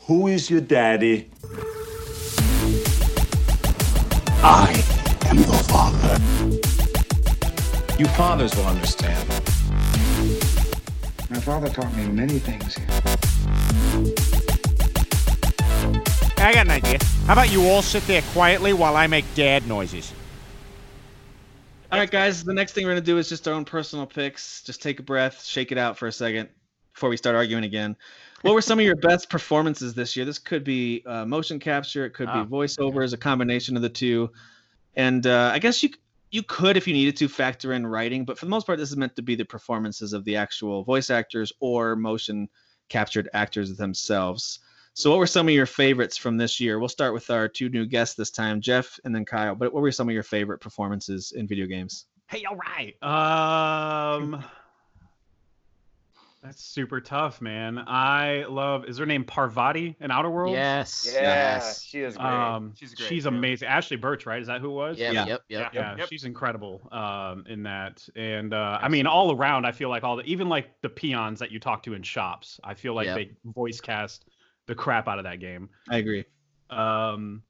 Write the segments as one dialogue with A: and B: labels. A: Who is your daddy? I am your father.
B: You fathers will understand.
C: My father taught me many things.
D: I got an idea. How about you all sit there quietly while I make dad noises?
E: All right, guys. The next thing we're gonna do is just our own personal picks. Just take a breath, shake it out for a second before we start arguing again. What were some of your best performances this year? This could be uh, motion capture, it could
D: Ah.
E: be voiceovers, a combination of the two. And uh, I guess you you could, if you needed to, factor in writing, but for the most part, this is meant to be the performances of the actual voice actors or motion captured actors themselves. So, what were some of your favorites from this year? We'll start with our two new guests this time, Jeff and then Kyle. But what were some of your favorite performances in video games?
F: Hey, all right. Um, that's super tough, man. I love. Is her name Parvati in Outer Worlds?
G: Yes.
H: Yeah,
G: Yes.
H: she is great.
F: Um,
H: she's
F: she's,
H: great.
F: amazing. Ashley Birch, right? Is that who it was?
G: Yep,
E: Yeah.
G: Yep. Yep.
F: Yeah,
H: Yep.
F: she's incredible um, in that, and uh, I mean, all around, I feel like all the even like the peons that you talk to in shops, I feel like
G: Yep.
F: they voice cast the crap out of that game.
E: I agree.
F: Um,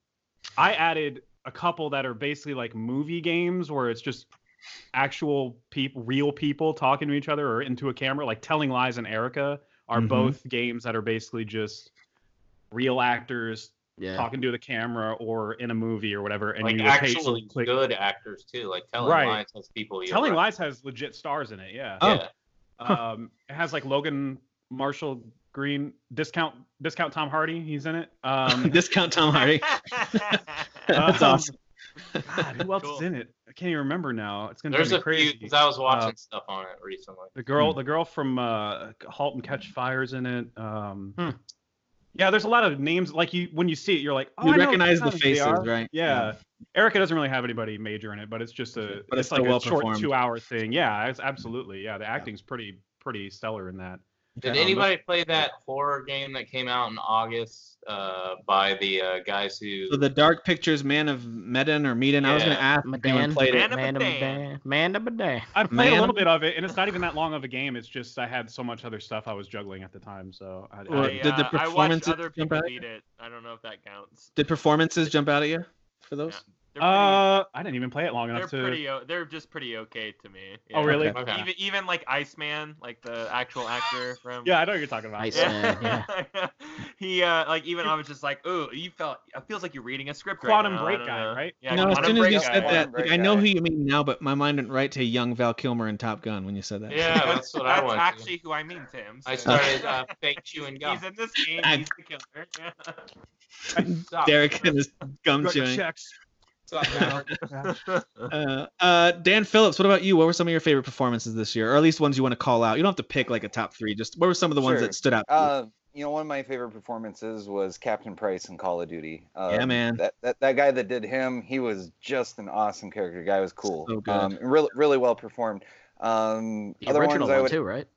F: I added a couple that are basically like movie games where it's just actual people, real people talking to each other or into a camera, like Telling Lies and Erica are
E: Mhm.
F: both games that are basically just real actors
G: Yeah.
F: talking to the camera or in a movie or whatever. And
I: like
F: you
I: actually
F: occasionally click.
I: good actors too, like telling
F: Right.
I: lies has people. you
F: Telling
I: right.
F: Lies has legit stars in it. Yeah.
E: Oh.
I: Yeah.
F: Um, it has like Logan Marshall Green, discount discount Tom Hardy. He's in it. Um,
E: Discount Tom Hardy. That's
F: um,
E: awesome.
F: God, who else is
I: Cool.
F: in it? I can't even remember now. It's gonna
I: There's
F: be
I: a
F: crazy.
I: few because I was watching
F: Um,
I: stuff on it recently.
F: the girl, the girl from uh, *Halt and Catch Fire's in it. Um, Yeah, there's a lot of names. Like you, when you see it, you're like, oh,
E: you
F: I know
E: recognize the
F: who they
E: faces,
F: are.
E: right?
F: Yeah. Erica doesn't really have anybody major in it, but it's just a,
E: But it's
F: like
E: still
F: a short
E: well-performed.
F: two-hour thing. Yeah, it's absolutely. Yeah, the acting's pretty, pretty stellar in that.
E: Um,
I: Did anybody play that horror game that came out in August uh, by the uh, guys who?
E: So the Dark Pictures Man of Medan or Medan. I was
I: Yeah.
E: gonna ask if anyone
G: Madan.
E: played it.
I: of
G: Man of
I: Medan.
G: Madan. Man of Madan.
F: I played a
E: Man.
F: little bit of it, and it's not even that long of a game. It's just I had so much other stuff I was juggling at the time, so I,
E: Or
F: I,
E: did
H: I,
E: the
H: uh, I watched
E: performances
H: other
E: jump
H: people
E: out?
H: beat it. I don't know if that counts.
E: Did performances jump out at you for those?
H: They're pretty,
F: uh, I didn't even play it long
H: they're
F: enough to.
H: pretty. o- They're just pretty okay to me.
F: Oh,
H: Yeah.
F: really?
I: Okay.
H: Even even like Iceman, like the actual actor from.
F: Yeah, I know what you're talking about.
G: Nice.
H: Yeah.
G: Iceman,
H: he uh like even I was just like, ooh, you felt it feels like you're reading a script. right
F: Quantum
H: now. I
F: Break
H: don't
F: guy,
H: know.
F: right?
H: Yeah,
E: no, as
H: Quantum
E: soon as
H: Break
E: you
H: guy.
E: said that,
I: Quantum
E: like,
I: Break
E: I know
I: guy.
E: who you mean now, but my mind went right to young Val Kilmer in Top Gun when you said that.
I: Yeah, that's what I
H: That's
I: wanted.
H: actually who I mean, Tim.
I: I
H: so-
I: started uh, fake chewing gum.
H: He's in this game.
E: I-
H: He's the killer.
I: Stop.
E: Derek and his gum chewing.
F: checks.
I: Stop now.
E: Uh, uh, Dan Phillips, what about you? What were some of your favorite performances this year, or at least ones you want to call out? You don't have to pick like a top three. Just what were some of the ones
J: Sure.
E: that stood out? to you?
G: Uh,
J: you know, one of my favorite performances was Captain Price in Call of Duty. Um,
E: Yeah, man.
J: That, that that guy that did him, he was just an awesome character. The guy was cool.
E: So good.
J: Um, really, really well performed. Um,
G: The
J: other
G: original
J: ones I
G: one
J: would.
G: too, right?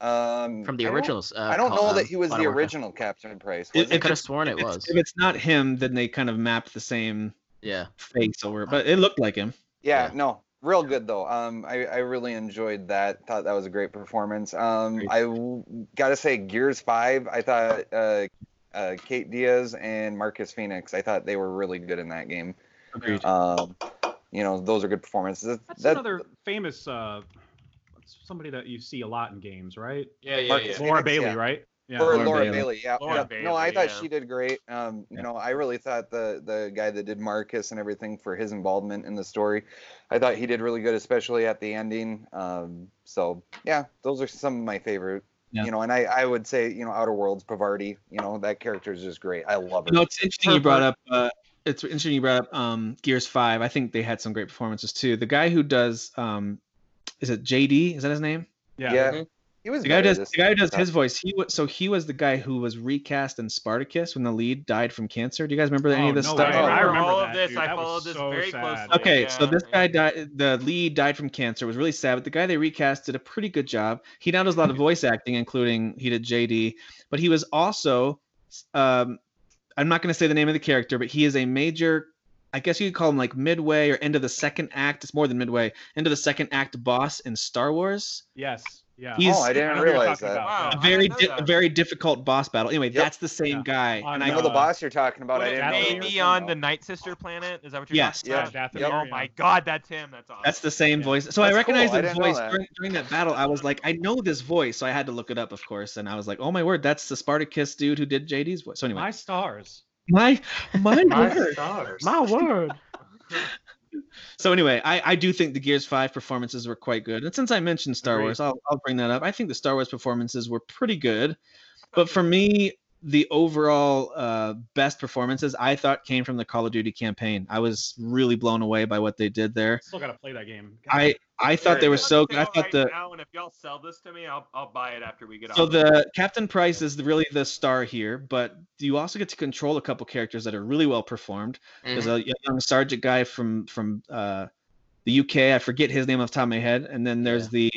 J: Um,
G: From the
J: I don't-
G: originals. Uh,
J: I don't
G: Call-
J: know
G: um,
J: that he was the
G: Modern Warfare.
J: original Captain Price.
E: It-
J: was
G: I
J: he?
E: it's-
G: could have sworn
E: If
G: it
E: it's-
G: was.
E: If it's not him, then they kind of mapped the same
G: Yeah.
E: face over, it, but it looked like him.
J: yeah,
G: Yeah.
J: no real good though um I, I really enjoyed that thought that was a great performance um
E: Great.
J: i w- gotta say gears 5 i thought uh, uh kate diaz and marcus phoenix i thought they were really good in that game
E: Agreed.
J: um you know those are good performances
F: That's
J: That-
F: another famous uh, somebody that you see a lot in games, right?
I: Yeah, yeah,
J: Marcus.
I: yeah.
F: Laura
J: Phoenix,
F: Bailey,
J: yeah.
F: right? Yeah.
J: or
E: Laura
J: Laura,
E: Bailey.
J: Bailey. yeah.
H: Laura
J: yeah. no, I
H: Bailey,
J: thought
H: yeah.
J: she did great. Um, you know, I really thought the the guy that did Marcus and everything for his involvement in the story, I thought he did really good, especially at the ending. Um, so yeah, those are some of my favorite.
E: Yeah.
J: You know, and I, I would say, you know, Outer Worlds, Pavarti, you know, that character is just great. I love
E: You know,
J: it.
E: it's interesting you brought up. Uh, it's interesting you brought up um, Gears Five. I think they had some great performances too. The guy who does, um, is it JD? Is that his name?
F: Yeah.
H: Mm-hmm.
J: He was
E: The guy who
J: better
E: does
J: this
E: the guy who does
J: time.
E: his voice. He was so he was the guy who was recast in Spartacus when the lead died from cancer. Do you guys remember any of
F: Oh,
E: this
F: no
E: stuff?
F: way. I remember
H: all
F: that,
H: of this.
F: dude.
H: I
F: That was
H: followed this
F: so
H: very
F: sad.
H: closely.
E: Okay, so
H: yeah.
E: this guy died. The lead died from cancer. It was really sad, but the guy they recast did a pretty good job. He now does a lot
H: Mm-hmm.
E: of voice acting, including he did JD, but he was also, um, I'm not going to say the name of the character, but he is a major. I guess you could call him like midway or end of the second act. It's more than midway. End of the second act boss in Star Wars.
F: Yes. Yeah.
E: He's-
J: oh, I
F: I
J: didn't
F: know who you're
J: realize
F: talking
J: that.
F: about.
H: Wow.
E: a
H: I
E: very
H: didn't know
E: di-
H: that.
E: a very difficult boss battle. Anyway,
J: Yep.
E: that's the same
F: Yeah.
E: guy.
F: On,
E: and
J: I
E: I
J: know the
F: uh,
J: boss you're talking about.
H: What
J: I
H: is
J: didn't know.
H: it,
J: there was
H: maybe on the
J: one,
H: Night Sister planet? Is that what you're
E: Yes.
H: talking about?
F: Yeah,
H: Yeah, Oh
F: Dathomir,
H: my
F: yeah.
H: god, that's him. That's awesome.
E: That's the same
F: Yeah.
E: voice. So I
J: That's
E: recognize
J: cool. I
E: that
J: didn't know
E: voice
J: that.
E: During, during that battle. I was like, I know this voice, so I had to look it up, of course. And I was like, Oh my word, that's the Spartacus dude who did JD's voice. So anyway,
F: My stars.
E: my my,
I: My
E: word.
I: stars.
F: word.
E: So anyway, I, I do think the Gears Five performances were quite good. And since I mentioned Star
F: Agreed.
E: Wars, I'll I'll bring that up. I think the Star Wars performances were pretty good, but for me, the overall uh, best performances I thought came from the Call of Duty campaign. I was really blown away by what they did there.
F: Still gotta play that game. God,
E: I I thought they were
H: It's on
E: so. good. I
H: sale
E: thought
H: right
E: the
H: now, and if y'all sell this to me, I'll, I'll buy it after we get
E: So
H: off.
E: the Captain Price is really the star here, but you also get to control a couple characters that are really well performed. There's a y- young sergeant guy from from uh, the UK. I forget his name off the top of my head. And then there's the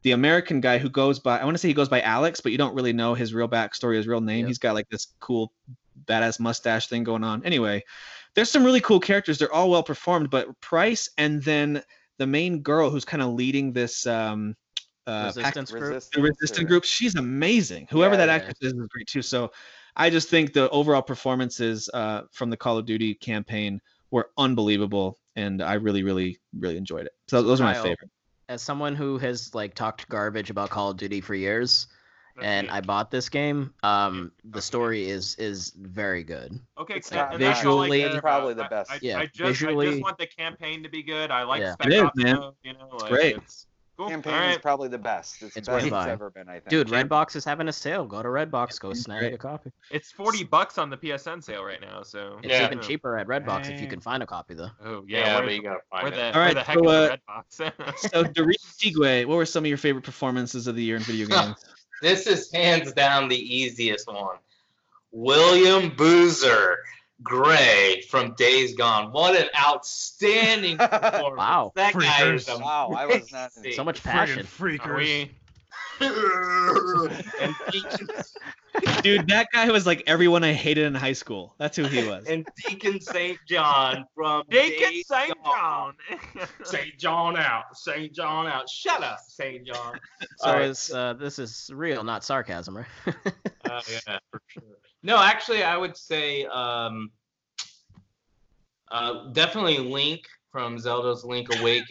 E: the American guy who goes by I want to say he goes by Alex, but you don't really know his real backstory, his real name. He's got like this cool badass mustache thing going on. Anyway, there's some really cool characters. They're all well performed, but Price and then the main girl who's kind of leading this um uh, pack-
I: resistance group.
J: Resistance
E: the resistant
J: or-
E: group she's amazing whoever that
J: Yeah, yeah.
E: actress is is great too so i just think the overall performances uh, from the call of duty campaign were unbelievable and i really really really enjoyed it so those are my
I: Kyle,
E: favorite
G: As someone who has like talked garbage about Call of Duty for years,
H: That's
G: and
H: it.
G: I bought this game, um, the
H: Okay.
G: story is is very good.
H: okay,
J: It's
H: and-
J: not
H: and that's all I
G: visually-
H: care
J: Probably
H: about.
J: the
H: uh, I-
J: best.
H: I,
G: Yeah,
H: I just, I
G: visually-
H: just want the campaign to be good. I like
G: Yeah.
H: Spec
E: It is,
H: Ops,
E: man.
H: though, You know, like,
E: great.
H: It's cool.
J: Campaign
H: All
J: is
H: right.
J: probably the best.
G: It's
J: It's, the best
G: worth
J: it's
G: buying.
J: ever been, I think.
G: Dude, Redbox is having a sale. Go to Redbox, go snag a copy.
H: It's forty bucks on the PSN sale right now. So
G: It's
I: Yeah.
G: even cheaper at Redbox if you
F: Dang.
G: can find a copy though.
H: Oh yeah,
I: Yeah,
H: where,
I: but you gotta find
H: where
I: it.
H: the, where
E: right,
H: the heck
E: so,
H: is
E: uh,
H: the red box?
E: so Dorit Segue, what were some of your favorite performances of the year in video games
I: This is hands down the easiest one. William Boozer Gray from Days Gone. What an outstanding performance.
G: Wow.
I: That guy is
F: Freakers.
I: amazing.
J: Wow, I was not.
G: So much
F: friggin'
G: passion.
H: Are
F: freakers.
H: we?
I: and Deacon,
E: dude that guy was like everyone i hated in high school that's who he was
I: and Deacon St. John from
H: Deacon
I: Days
H: St.
I: Gone.
H: John.
I: St. John out. St. John out. Shut up, St. John.
G: So
I: Alright.
G: it's uh, this is real, not sarcasm, right?
H: Oh,
I: Uh, yeah, for sure. No, actually, I would say um, uh, definitely Link from Zelda's Link Awakening.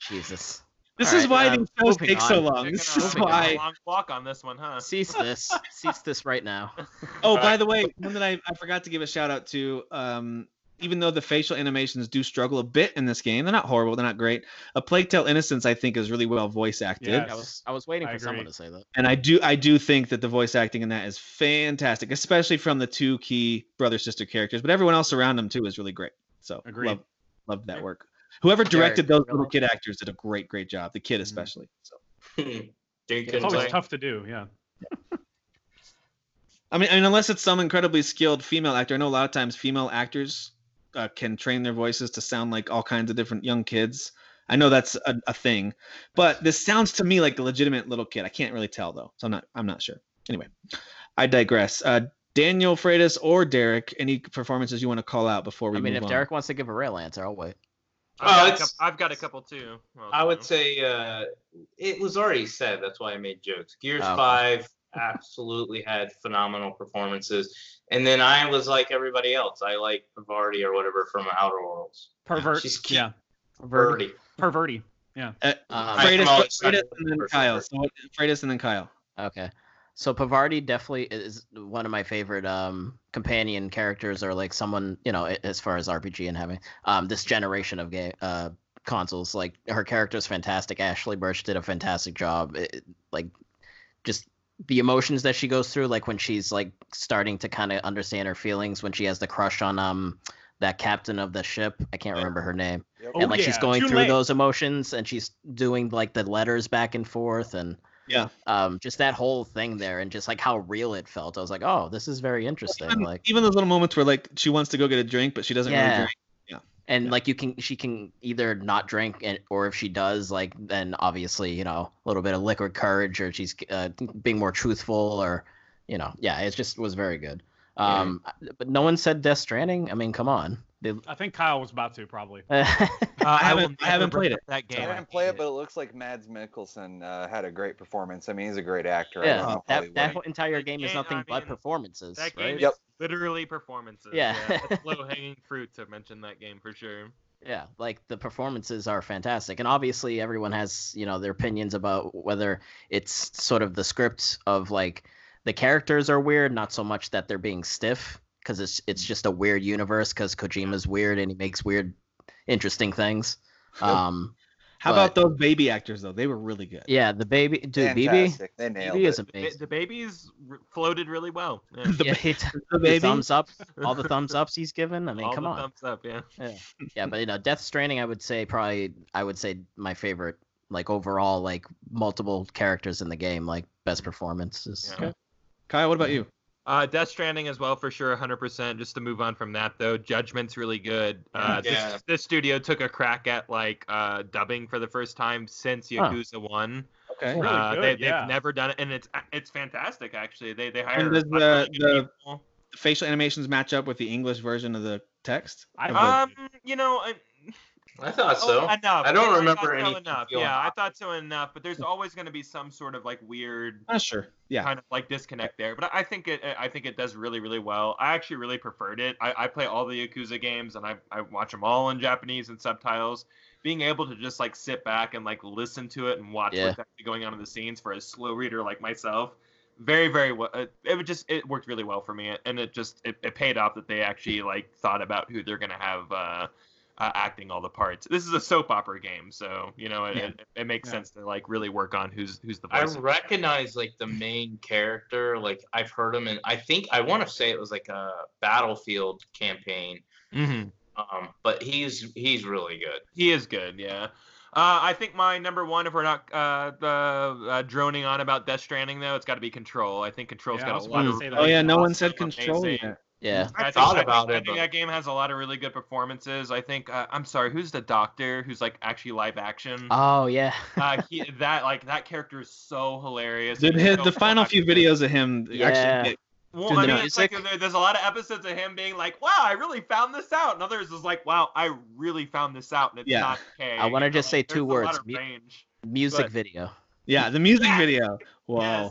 G: Jesus.
E: this
G: all
E: is
G: right,
E: why
G: uh,
E: these shows
G: moving
E: take so
G: on.
E: long
H: They're
E: this
H: gonna-
E: is
H: they're gonna
E: why
H: Long walk on this one, huh?
G: Cease this. Cease this right now.
E: Oh, by the way, one that I, I forgot to give a shout out to. Um, even though the facial animations do struggle a bit in this game, they're not horrible, they're not great. A Plague Tale Innocence, I think, is really well voice acted,
F: Yeah.
G: I was I was waiting
F: I
G: for someone
F: agree.
G: to say that.
E: and I do I do think that the voice acting in that is fantastic, especially from the two key brother sister characters. But everyone else around them too is really great. So
F: Agreed.
E: love loved that work. Whoever
G: Jared
E: directed those little
G: Grillo.
E: kid actors did a great great job. The
G: Mm-hmm.
E: kid especially. So
I: Deacon
F: It's always
I: St.
F: tough to do, yeah.
E: I mean, I mean, unless it's some incredibly skilled female actor. I know a lot of times female actors uh, can train their voices to sound like all kinds of different young kids. I know that's a, a thing, but this sounds to me like a legitimate little kid. I can't really tell though, so I'm not. I'm not sure. Anyway, I digress. Uh, Daniel Freitas or Derek, any performances you want to call out before we
G: I mean,
E: move
G: if
E: on?
G: Derek wants to give a real answer, I'll wait.
I: Oh,
H: I've, got a
I: it's-
H: couple, I've got a couple too. Well,
I: I
H: so.
I: would say uh, it was already said. That's why I made jokes. Gears
G: Oh, okay.
I: 5 absolutely had phenomenal performances. And then I was like everybody else. I like Bavardi or whatever from Outer Worlds.
F: Pervert.
I: She's cute.
F: Yeah.
I: Birdie.
F: Perverty.
E: Uh,
G: Um,
I: I-
E: Freitas,
I: I'm all
E: Freitas,
I: excited
E: and then
I: for
E: Kyle.
I: sure.
E: So what- Freitas and then Kyle.
G: Okay. So Pavardi definitely is one of my favorite um, companion characters, or like someone you know, a- as far as RPG and having um, this generation of game uh, consoles. Like her character's fantastic. Ashley Birch did a fantastic job. It- it- like just the emotions that she goes through, like when she's like starting to kind of understand her feelings when she has the crush on um that captain of the ship. I can't remember her name.
F: Oh,
G: and like she's
F: yeah,
G: going
F: too
G: through
F: late.
G: those emotions and she's doing like the letters back and forth and
E: Yeah.
G: um just that whole thing there and just like how real it felt i was like oh this is very interesting
E: Even,
G: like
E: even those little moments where like she wants to go get a drink, but she doesn't really
G: Yeah.
E: drink.
G: and
E: yeah.
G: like you can she can either not drink and or if she does like then obviously you know a little bit of liquid courage or she's uh, being more truthful or you know yeah it just was very good um but no one said death stranding i mean come on They- Uh,
F: I think Kyle was about to probably.
E: I
H: will
E: haven't- I
H: never
E: haven't played
H: bring up That game.
J: I didn't play it, but it looks like Mads Mikkelsen uh, had a great performance. I mean, he's a great actor. I
G: Yeah,
J: don't know how he
G: that, that
J: wouldn't.
G: whole entire game is
H: Yeah,
G: nothing
H: I
G: but
H: mean,
G: performances,
H: That game
G: right?
H: is
J: Yep.
H: literally performances.
G: Yeah.
H: low hanging fruit to mention that game for sure.
G: Yeah, like the performances are fantastic, and obviously everyone has you know their opinions about whether it's sort of the script of like the characters are weird, not so much that they're being stiff because it's it's just a weird universe because Kojima's weird and he makes weird, interesting things. Um,
E: How
G: but-
E: about those baby actors though? They were really good.
G: yeah, the baby, dude, BB,
J: Fantastic. They nailed
G: BB
J: it.
G: is
H: The,
G: amazing.
H: the babies r- floated really well. Yeah.
G: Yeah, he t- the
E: The baby.
G: thumbs up, all the thumbs ups he's given. I mean,
H: All
G: come
H: the
G: on.
H: thumbs up, yeah.
G: yeah but you know death stranding i would say probably i would say my favorite like overall like multiple characters in the game like best performances
H: Yeah.
E: Kyle, what about you?
H: Uh, Death Stranding as well for sure, 100%. Just to move on from that though, Judgment's really good. Uh,
I: Yeah.
H: this, this studio took a crack at like uh, dubbing for the first time since
G: Huh.
H: Yakuza One.
E: Okay.
F: Really
H: uh,
F: good,
H: they,
F: yeah.
H: They've never done it, and it's it's fantastic actually. They they hired.
E: And does
H: a lot of
E: the,
H: really good
E: the
H: people.
E: facial animations match up with the English version of the text?
F: I-
E: Of the-
H: um you know I,
I: I thought
H: oh,
I: so.
H: enough.
I: I don't remember
H: thought so
I: anything
H: enough.
I: feeling
H: Yeah, I
I: awkward.
H: thought so enough, but there's always going to be some sort of like weird
E: Ah, sure. Yeah.
H: kind of like disconnect there. But I think it I think it does really really well. I actually really preferred it. I, I play all the Yakuza games and I I watch them all in Japanese and subtitles. Being able to just like sit back and like listen to it and watch
G: Yeah.
H: what's actually going on in the scenes for a slow reader like myself, very very well. It, it would just it worked really well for me and it just it, it paid off that they actually like thought about who they're gonna have. uh uh, acting all the parts. This is a soap opera game, so you know it,
E: Yeah.
H: it, it makes
E: Yeah.
H: sense to like really work on who's who's the
I: I
H: voice.
I: recognize like the main character. Like I've heard him, and I think I want to say it was like a Battlefield campaign.
H: mm-hmm.
I: Um, but he's he's really good.
H: He is good, yeah. Uh, I think my number one, if we're not uh, uh, uh, droning on about Death Stranding, though, it's got to be Control. I think Control's
F: Yeah, I
H: got
F: was
H: a
F: about
H: lot
F: to
H: of.
F: say that.
E: Oh yeah, no one said
H: Awesome,
E: control
H: amazing.
E: yet.
G: yeah
H: I think-
I: thought
H: think-
I: about it,
H: I think
I: but-
H: that game has a lot of really good performances. I think uh, I'm sorry, who's the doctor who's like actually live action?
G: oh yeah
H: uh, he, that like that character is so hilarious.
E: Did
H: He's
E: his,
H: so
E: the final few
H: funny.
E: videos of him
G: Yeah.
E: actually get
H: Well,
E: Doing
H: I
E: the
H: mean, it's like
G: music.
H: there- there's a lot of episodes of him being like, "Wow, I really found this out," and others is like, "Wow, I really found this out," and it's
E: Yeah.
H: not okay.
G: I wanna
H: you know,
G: just say
H: like,
G: two
H: there's a lot
G: words,
H: of
G: mu-
H: range.
G: music
H: But-
G: video
E: yeah the music video. Wow.
G: Yeah.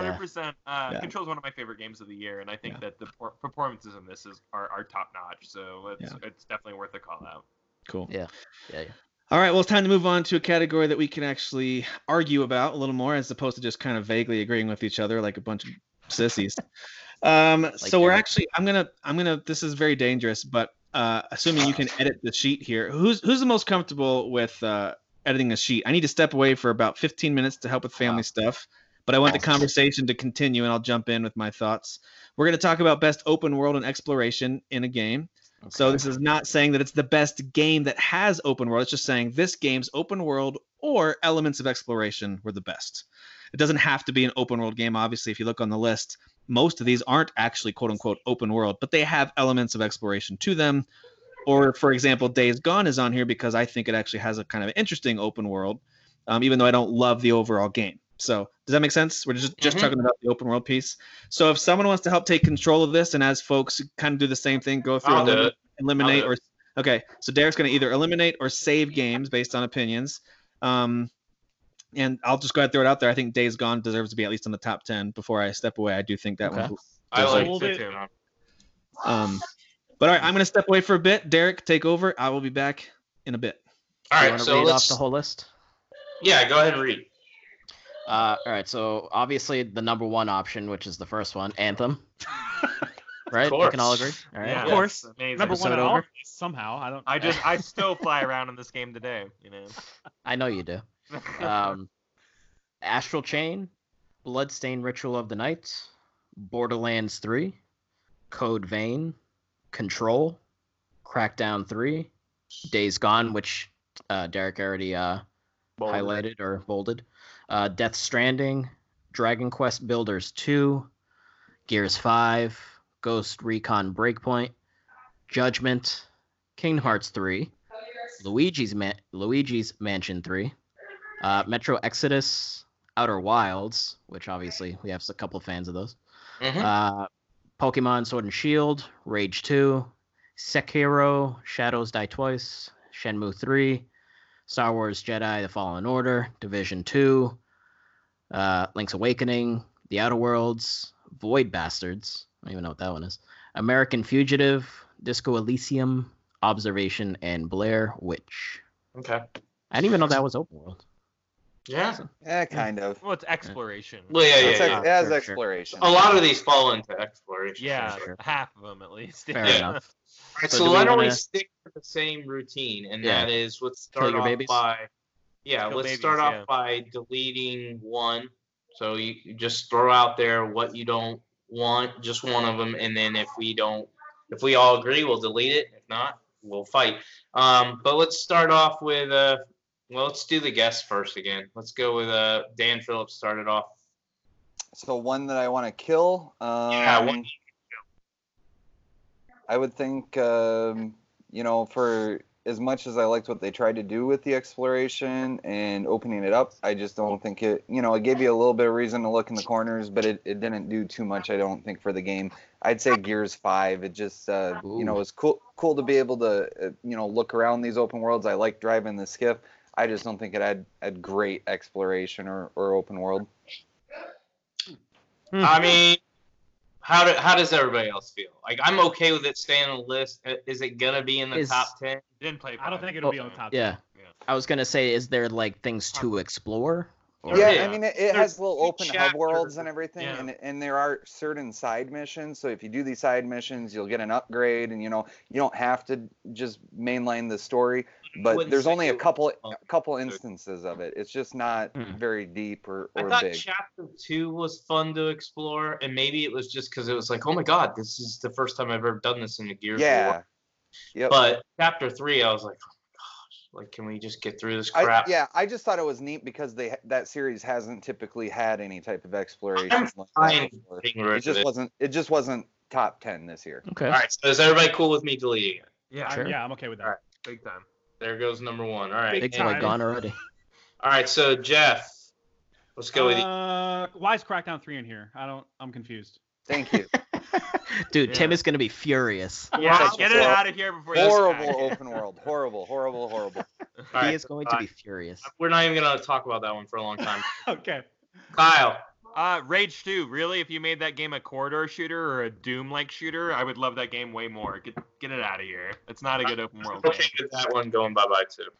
H: Hundred percent. Uh,
E: Yeah.
H: Control is one of my favorite games of the year, and I think
E: Yeah.
H: that the por- performances in this is are, are top notch. So it's it's definitely worth a call out.
E: Cool.
G: yeah, yeah.
E: All right, well, it's time to move on to a category that we can actually argue about a little more, as opposed to just kind of vaguely agreeing with each other like a bunch of sissies. Um, so we're
G: Eric.
E: actually, I'm gonna, I'm gonna. This is very dangerous, but uh, assuming you can edit the sheet here, who's who's the most comfortable with uh, editing a sheet? I need to step away for about 15 minutes to help with family stuff, but I want the conversation to continue, and I'll jump in with my thoughts. We're gonna talk about best open world and exploration in a game. So this is not saying that it's the best game that has open world. It's just saying this game's open world or elements of exploration were the best. It doesn't have to be an open world game. Obviously, if you look on the list, most of these aren't actually quote unquote open world, but they have elements of exploration to them. Or, for example, Days Gone is on here because I think it actually has a kind of interesting open world, um, even though I don't love the overall game. So, does that make sense? We're just, just
I: Mhm.
E: talking about the open world piece. So, if someone wants to help take control of this and as folks kind of do the same thing, go through
I: I'll
E: and
I: do
E: eliminate- eliminate
I: it. I'll do
E: or okay so derek's going to either eliminate or save games based on opinions um and i'll just go ahead and throw it out there i think days gone deserves to be at least in the top 10 before i step away i do think that one
I: I
E: Just
I: like
F: hold
I: it
F: it.
I: too.
E: um but all right i'm going to step away for a bit derek take over i will be back in a bit
I: All
G: you
I: right,
G: want to
I: so
G: read
I: let's.
G: off the whole list
I: yeah, go ahead and read.
G: uh, all right so obviously the number one option which is the first one anthem right we can all agree
I: course.
G: all right
H: Yeah,
F: Of course.
H: it's amazing.
F: Number one
G: Episode
F: on all
G: over.
F: of these somehow. I don't.
H: I just I still fly around in this game today. You know.
G: i know you do um, Astral Chain, Bloodstain Ritual of the Night, Borderlands 3, Code Vein, Control, Crackdown 3, Days Gone, which uh, Derek already uh, highlighted or bolded, uh, Death Stranding, Dragon Quest Builders 2, Gears 5, Ghost Recon Breakpoint, Judgment, Kingdom Hearts 3, Luigi's Ma- Luigi's Mansion 3, uh, Metro Exodus, Outer Wilds, which obviously we have a couple fans of those.
I: Mhm.
G: Uh, Pokemon Sword and Shield, Rage 2, Sekiro, Shadows Die Twice, Shenmue 3, Star Wars Jedi The Fallen Order, Division 2, uh, Link's Awakening, The Outer Worlds, Void Bastards. I don't even know what that one is. American Fugitive, Disco Elysium, Observation, and Blair Witch.
H: Okay.
G: I didn't even know that was open world.
H: Yeah.
J: Eh, kind of.
F: Well, it's exploration.
I: Well, yeah,
J: It's
I: yeah,
J: ex-
I: yeah.
J: it has
G: sure, sure.
J: exploration.
H: Oh,
I: A lot of these fall into exploration.
H: Yeah,
G: Sure.
H: half of them at least.
G: Fair
H: Yeah.
G: enough.
I: All right,
G: So
I: so,
G: do we
I: why don't we
G: wanna-
I: stick with the same routine, and
G: Yeah.
I: that is let's
G: Kill
I: start
G: your
I: off
G: babies?
I: by yeah,
H: Kill
I: let's
H: babies,
I: start off
H: yeah.
I: by deleting one. So you you just throw out there what you don't want, just one of them, and then if we don't, if we all agree, we'll delete it. If not, we'll fight. Um, but let's start off with uh, well, let's do the guests first again. Let's go with uh, Dan Phillips. Started off.
J: So one that I want to kill. Um,
I: Yeah, one you
J: I would think, um, you know, for as much as I liked what they tried to do with the exploration and opening it up, I just don't think it, you know, it gave you a little bit of reason to look in the corners, but it, it didn't do too much, I don't think, for the game. I'd say Gears 5. It just, uh, you know,
G: Ooh.
J: it's cool, cool to be able to, uh, you know, look around these open worlds. I like driving the skiff. I just don't think it had, had great exploration or, or open world.
I: I mean, how do, how does everybody else feel? Like I'm okay with it staying on the list. Uh, Is it gonna be in the
G: Is-
I: top ten?
H: Didn't play.
F: I don't
H: five.
F: think it'll be on the top.
G: Yeah.
H: Yeah.
G: I was going to say, is there like things to explore? Or-
J: yeah,
I: Yeah.
J: I mean, it, it
I: There's
J: has little open hub
I: chapters
J: worlds
I: and-
J: and everything,
H: yeah.
J: and and there are certain side missions. So if you do these side missions, you'll get an upgrade, and you know you don't have to just mainline the story. But
I: wouldn't
J: there's
I: say
J: only a
I: it-
J: couple
I: Oh.
J: a couple instances of it. It's just not
G: Hmm.
J: very deep or,
I: I
J: or
I: thought
J: big.
I: chapter two was fun to explore, and maybe it was just because it was like, oh my god, this is the first time I've ever done this in a Gears.
J: Yeah,
I: War.
J: yep.
I: But chapter three, I was like, oh my gosh, like can we just get through this
J: I,
I: crap?
J: yeah, I just thought it was neat because they that series hasn't typically had any type of exploration. like that
I: fine
J: before.
I: getting rid
J: It
I: of
J: just
I: it.
J: wasn't. It just wasn't top ten this year.
G: Okay.
I: All right, so is everybody cool with me deleting it?
H: Yeah,
F: I-
G: Sure.
F: yeah, I'm okay with that.
I: Alright.
H: big time.
I: There goes number one. All right,
G: Big
I: and-
G: boy gone already.
I: all right. So Jeff, let's go with you.
F: Uh, why is Crackdown three in here? I don't. I'm confused.
J: Thank you.
G: Dude, Tim
H: Yeah.
G: is going to be furious.
H: Yeah,
J: Wow.
H: get it out of here before you
J: horrible open world. Horrible. Horrible. Horrible.
I: All
G: he
I: right,
G: is going to be furious.
I: We're not even gonna talk about that one for a long time.
F: Okay.
I: Kyle,
H: Uh, Rage 2. Really, if you made that game a corridor shooter or a Doom-like shooter, I would love that game way more. Get get it out of here. It's not a good open world game.
I: okay, with that one going bye bye too.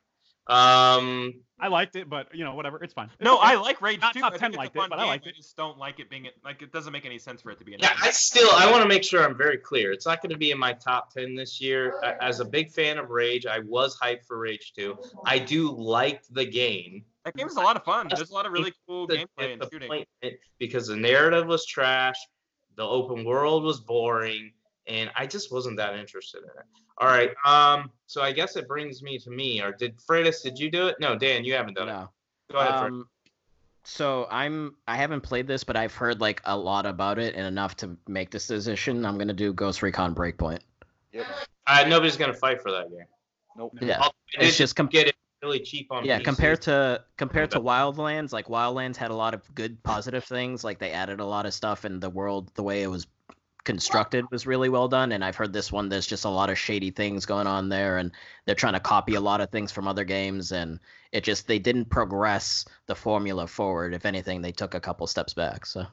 I: Um,
F: I liked it, but you know, whatever. It's fine.
H: No, I like Rage
F: Not
H: 2.
F: top
H: I think
F: 10
H: it's a
F: liked it,
H: fun
F: but I
H: game.
F: liked it.
H: just don't like it being like it doesn't make any sense for it to be an.
I: yeah,
H: open-
I: I still I want to make sure I'm very clear. It's not going to be in my top ten this year. A- As a big fan of Rage, I was hyped for Rage two. I do like the game.
H: that game was a lot of fun. There's a lot of really cool
I: The
H: gameplay and shooting.
I: disappointment because the narrative was trash, the open world was boring, and I just wasn't that interested in it. All right, um, so I guess it brings me to me. Or did Freitas? Did you do it? No, Dan, you haven't done
G: No.
I: it. Go ahead. Freitas.
G: Um, so I'm I haven't played this, but I've heard like a lot about it and enough to make this decision. I'm gonna do Ghost Recon Breakpoint.
I: Uh, nobody's gonna fight for that game.
J: Nope.
G: Yeah,
I: Although it
G: it's
I: is
G: just com-
I: get it really cheap on.
G: yeah.
I: PC.
G: Compared to compared to Wildlands, like Wildlands had a lot of good positive things. Like they added a lot of stuff, and the world, the way it was constructed, was really well done. And I've heard this one, there's just a lot of shady things going on there, and they're trying to copy a lot of things from other games, and it just they didn't progress the formula forward. If anything, they took a couple steps back. So.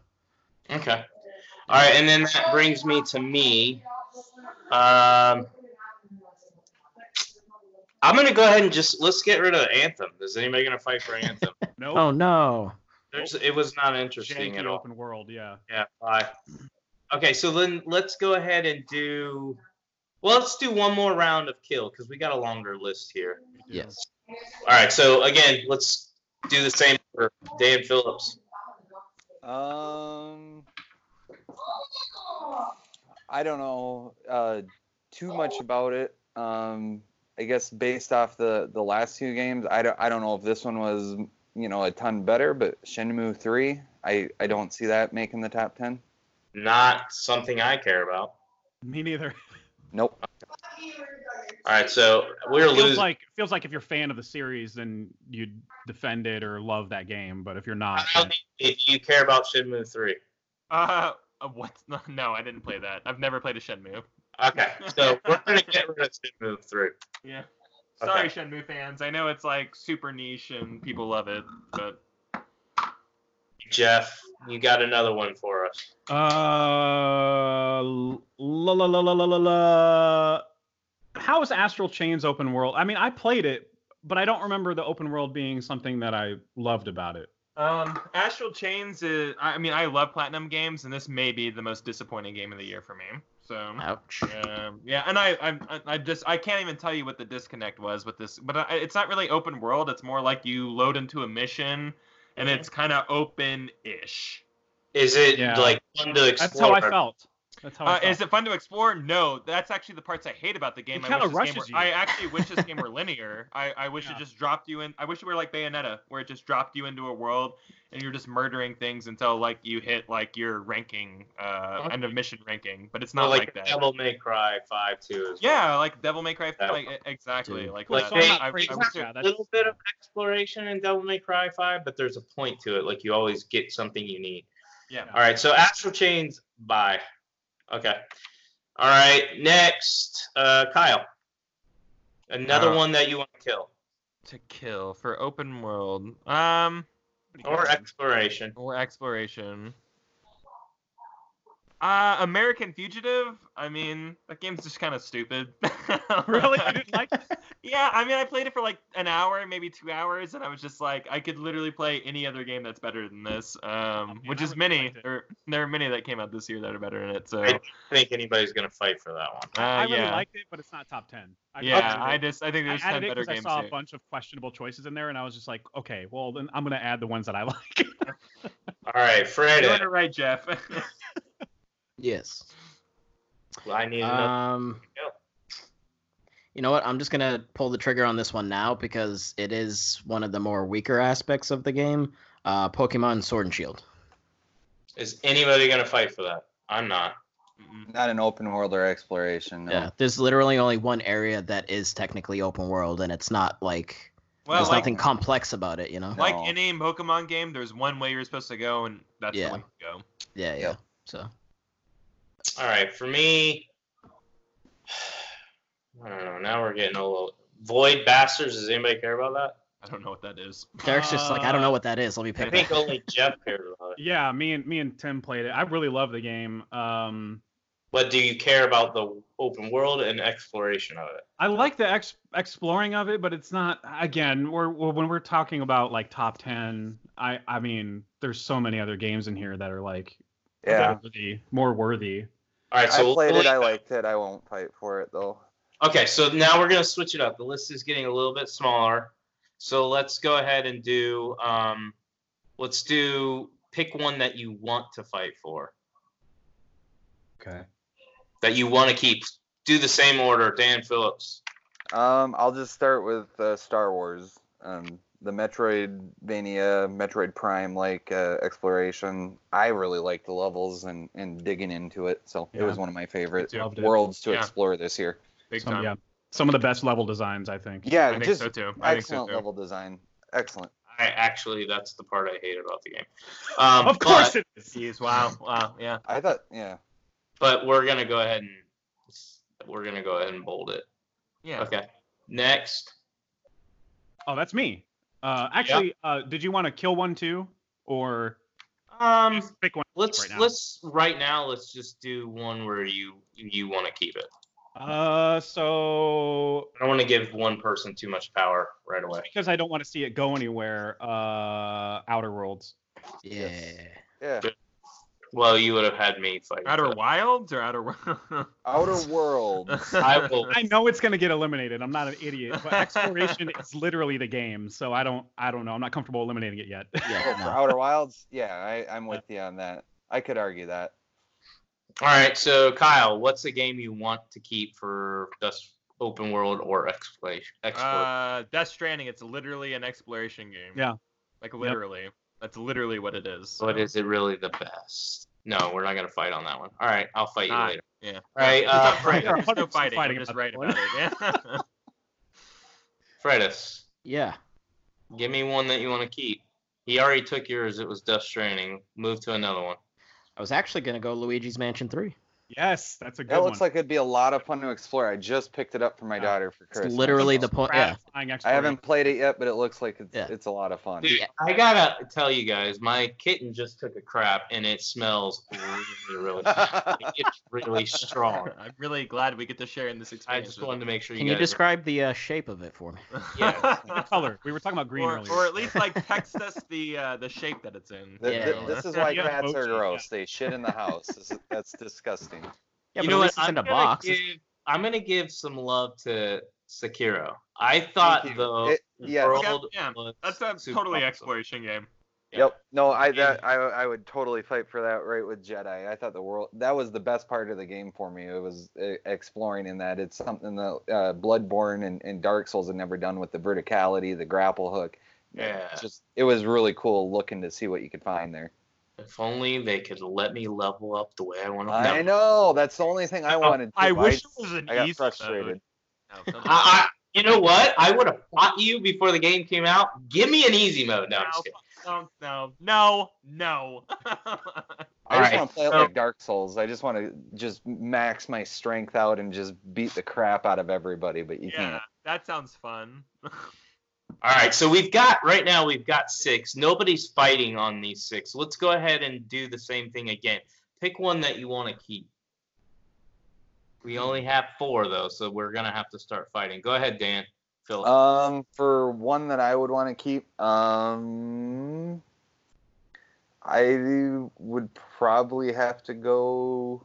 I: Okay. All right, and then that brings me to me. Um, I'm gonna go ahead and just let's get rid of Anthem. Is anybody gonna fight for Anthem?
F: No.
G: Oh no.
I: There's, it was not interesting
F: janky
I: at all.
F: open world. Yeah.
I: Yeah. Bye. Okay, so then let's go ahead and do. Well, let's do one more round of kill because we got a longer list here.
G: Yes.
I: All right, so again, let's do the same for Dan Phillips.
J: Um, I don't know uh, too much about it. Um, I guess based off the the last two games, I don't I don't know if this one was you know a ton better, but Shenmue three, I I don't see that making the top ten.
I: Not something I care about.
F: Me neither.
J: Nope.
I: All right, so we're
F: feels
I: losing.
F: like feels like if you're a fan of the series, then you'd defend it or love that game. But if you're not,
I: How
F: then
I: many- if you care about Shenmue three.
H: Uh, uh, what? No, I didn't play that. I've never played a Shenmue.
I: Okay, so we're gonna get rid of Shenmue three.
H: Yeah. Sorry, Shenmue fans. I know it's like super niche and people love it, but
I: Jeff, you got another one for us.
F: Uh, la la la la la la la. How is Astral Chain's open world? I mean, I played it, but I don't remember the open world being something that I loved about it.
H: um, Astral Chains is. I I mean, I love platinum games, and this may be the most disappointing game of the year for me. So.
G: Ouch.
H: Um, yeah, and I, I, I- I just, I can't even tell you what the disconnect was with this, but I, it's not really open world. It's more like you load into a mission, and it's kind of open-ish.
I: Is it
F: Yeah.
I: like fun to explore?
F: That's how I felt. That's how I
H: Uh,
F: felt.
H: is it fun to explore? No, that's actually the parts I hate about the game.
F: It
H: I wish
F: kinda
H: this game
F: rushes
H: were- I
F: you.
H: actually wish this game were linear. I, I wish
F: Yeah.
H: it just dropped you in. I wish it were like Bayonetta, where it just dropped you into a world and you're just murdering things until like you hit like your ranking, uh, end of mission ranking. But it's
I: Well,
H: not
I: like,
H: like, that.
I: Devil May Cry Five too. Is
H: Yeah, like Devil May Cry.
I: Yeah.
H: Like e- exactly.
G: Dude.
H: Like,
I: Like,
H: that.
I: they-
H: I- I
I: there's
H: wish it-
I: not
F: yeah,
I: a
F: that's-
I: little bit of exploration in Devil May Cry Five, but there's a point to it. Like you always get something you need.
H: yeah.
I: All right, so Astral Chains, bye. Okay. All right, next, uh, Kyle. Another
H: Uh,
I: one that you want to kill
H: To kill for open world. Um.
I: or exploration.
H: or exploration. Uh, American Fugitive. I mean, that game's just kind of stupid.
F: really? You didn't like it?
H: yeah. I mean, I played it for like an hour, maybe two hours, and I was just like, I could literally play any other game that's better than this. Um,
F: man,
H: which
F: I
H: is
F: would've
H: many.
F: liked it.
H: There, there are many that came out this year that are better than it. So,
I: I
H: uh,
I: don't think anybody's gonna fight for that one.
F: I really
H: yeah,
F: liked it, but it's not top ten. I
H: yeah.
F: really
H: I
F: did.
H: just, I think
F: I
H: there's
F: added
H: ten
F: it
H: better
F: because I
H: games.
F: saw
H: here.
F: a bunch of questionable choices in there, and I was just like, okay, well then I'm gonna add the ones that I like.
I: All right, Fred.
H: Doing it right, Jeff.
G: Yes.
I: I need another.
G: Um,
I: uh, go.
G: you know what? I'm just gonna pull the trigger on this one now because it is one of the more weaker aspects of the game. Uh, Pokemon Sword and Shield.
I: Is anybody gonna fight for that? I'm not.
H: Mm-mm.
J: Not an open world or exploration. No.
G: Yeah, there's literally only one area that is technically open world, and it's not like
H: well,
G: there's
H: like,
G: nothing complex about it. You know?
H: like
J: No.
H: any Pokemon game, there's one way you're supposed to go, and that's
G: Yeah.
H: the way you go.
G: Yeah, yeah.
J: Yeah.
G: So
I: All right, for me, I don't know. Now we're getting a little void bastards. Does anybody care about that?
H: I don't know what that is.
G: Derek's just like, I don't know
I: Uh,
G: what that is. Let me
I: I
G: pick it.
I: think only Jeff cared about it.
F: yeah, me and me and Tim played it. I really love the game. Um,
I: But do you care about the open world and exploration of it?
F: I like the ex- exploring of it, but it's not. Again, we're, we're when we're talking about like top ten. I I mean, there's so many other games in here that are like
J: Yeah.
F: better worthy, more worthy.
I: All right, so
J: I
I: we'll
J: played it.
I: delete
J: I
I: that.
J: liked it. I won't fight for it though.
I: Okay, so now we're gonna switch it up. The list is getting a little bit smaller, so let's go ahead and do. Um, let's do pick one that you want to fight for,
E: Okay.
I: that you want to keep. Do the same order, Dan Phillips.
J: Um, I'll just start with uh, Star Wars. Um, the Metroidvania, Metroid Prime like uh, exploration. I really liked the levels and and digging into it. So it
F: Yeah.
J: was one of my favorite
H: too.
F: Loved it.
J: worlds to
H: Yeah.
J: explore this year.
H: Big
F: Some,
H: time.
F: yeah, some of the best level designs, I think.
J: Yeah,
H: I think
J: just
H: so too. I think so
J: excellent
H: too.
J: level design. Excellent.
I: I actually, that's the part I hate about the game. Um,
F: of course
I: but,
F: it is.
H: Jeez, wow, wow, yeah.
J: I thought, yeah.
I: but we're gonna go ahead and we're gonna go ahead and bold it.
H: Yeah.
I: Okay, next.
F: Oh, that's me. Uh, actually, uh, did you want to kill one too, or
I: Um,
F: just pick one?
I: let's
F: right now.
I: let's right now let's just do one where you you want to keep it.
F: Uh, so
I: I don't want to give one person too much power right away.
F: because I don't want to see it go anywhere. Uh, Outer Worlds.
G: Yeah.
J: Yeah.
I: Well, you would have had me fight.
H: Outer
I: that.
H: Wilds or Outer World?
J: Outer World.
I: I will.
F: I know it's gonna get eliminated. I'm not an idiot, but exploration is literally the game, so I don't I don't know. I'm not comfortable eliminating it yet.
J: Oh,
G: Yeah.
J: for
G: no.
J: Outer Wilds, yeah, I, I'm with you on that. I could argue that.
I: All right, so Kyle, what's a game you want to keep for this open world or exploration? exploration?
H: uh, Death Stranding. It's literally an exploration game.
F: Yeah.
H: Like literally. That's literally what it is.
I: but is it really the best? No, we're not gonna fight on that one. All right, I'll fight you
H: Not.
I: later.
H: Yeah. All
I: right,
H: There's,
I: uh,
H: no fighting.
F: There are
H: There's no
F: 100%
H: fighting.
F: fighting
H: We're just
F: about
H: right about
F: that
H: it. Yeah.
I: Fredis,
G: Yeah.
I: give me one that you want to keep. He already took yours. It was Death Stranding. Move to another one.
G: I was actually gonna go Luigi's Mansion Three.
F: Yes, that's a good
J: That
F: one.
J: looks like it'd be a lot of fun to explore. I just picked it up for my
F: Yeah.
J: daughter for
G: It's
J: Christmas.
G: literally
J: so-
G: the point. Yeah.
F: Satisfying
J: I
F: exploration.
J: haven't played it yet, but it looks like it's,
G: Yeah.
J: it's a lot of fun.
I: Dude, I gotta tell you guys, my kitten just took a crap and it smells really, really, bad. Like, it's really strong.
H: I'm really glad we get to share in this
I: I
H: experience.
I: just
H: with
I: wanted to make sure you
G: Can you
I: guys
G: describe the uh, shape of it for me?
H: Yeah.
F: color. We were talking about green
H: or,
F: earlier.
H: or at least like text us the uh, the shape that it's in.
J: Th-
G: Yeah,
J: th-
G: yeah,
J: This is
F: yeah.
J: why
F: Yeah,
J: cats
F: poaching,
J: are
F: yeah.
J: gross. They shit in the house. This is- that's disgusting.
G: Yeah, but
I: you know
G: at
I: what?
G: least it's in a
I: gonna
G: box.
I: Give, I'm gonna give some love to Sekiro. I thought
J: you.
I: the
J: It- yeah.
I: world
H: Yeah,
I: was
H: That's a
I: super
H: totally
I: awesome.
H: exploration game.
I: Yeah.
J: Yep. No, I that I I would totally fight for that right with Jedi. I thought the world that was the best part of the game for me. It was uh, exploring in that it's something that uh, Bloodborne and, and Dark Souls had never done with the verticality, the grapple hook.
I: Yeah.
J: It's just it was really cool looking to see what you could find there.
I: If only they could let me level up the way I want to.
J: I know that's the only thing I wanted. To,
F: I
J: but
F: wish it was an
J: I, I got
F: East
J: frustrated.
F: mode.
H: No, come on.
I: I, I, you know what? I would have fought you before the game came out. Give me an easy mode. No, I'm just kidding.
H: no, no, no, no.
J: I just
I: Alright,
J: want to play it
I: so-
J: like Dark Souls. I just want to just max my strength out and just beat the crap out of everybody. But you
H: yeah,
J: can't.
H: that sounds fun.
I: All right, so we've got right now we've got six. Nobody's fighting on these six. Let's go ahead and do the same thing again. Pick one that you want to keep. We only have four though, so we're gonna have to start fighting. Go ahead, Dan. Phil.
J: Um, for one that I would want to keep, um, I would probably have to go.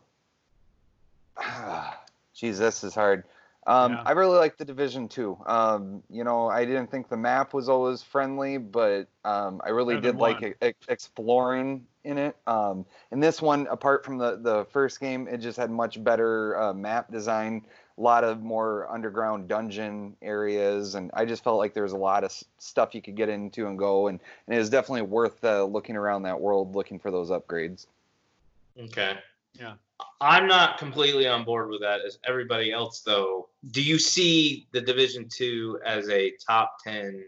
J: Jeez, this is hard. Um,
F: Yeah.
J: I really like the division two. Um, you know, I didn't think the map was always friendly, but um, I really
F: Better than
J: did like
F: one.
J: e- e- exploring in it. Um, and this one, apart from the the first game, it just had much better uh, map design a lot of more underground dungeon areas and i just felt like there was a lot of s- stuff you could get into and go and, and it was definitely worth uh, looking around that world looking for those upgrades
I: Okay.
F: Yeah.
I: I'm not completely on board with that as everybody else though. Do you see the Division 2 as a top 10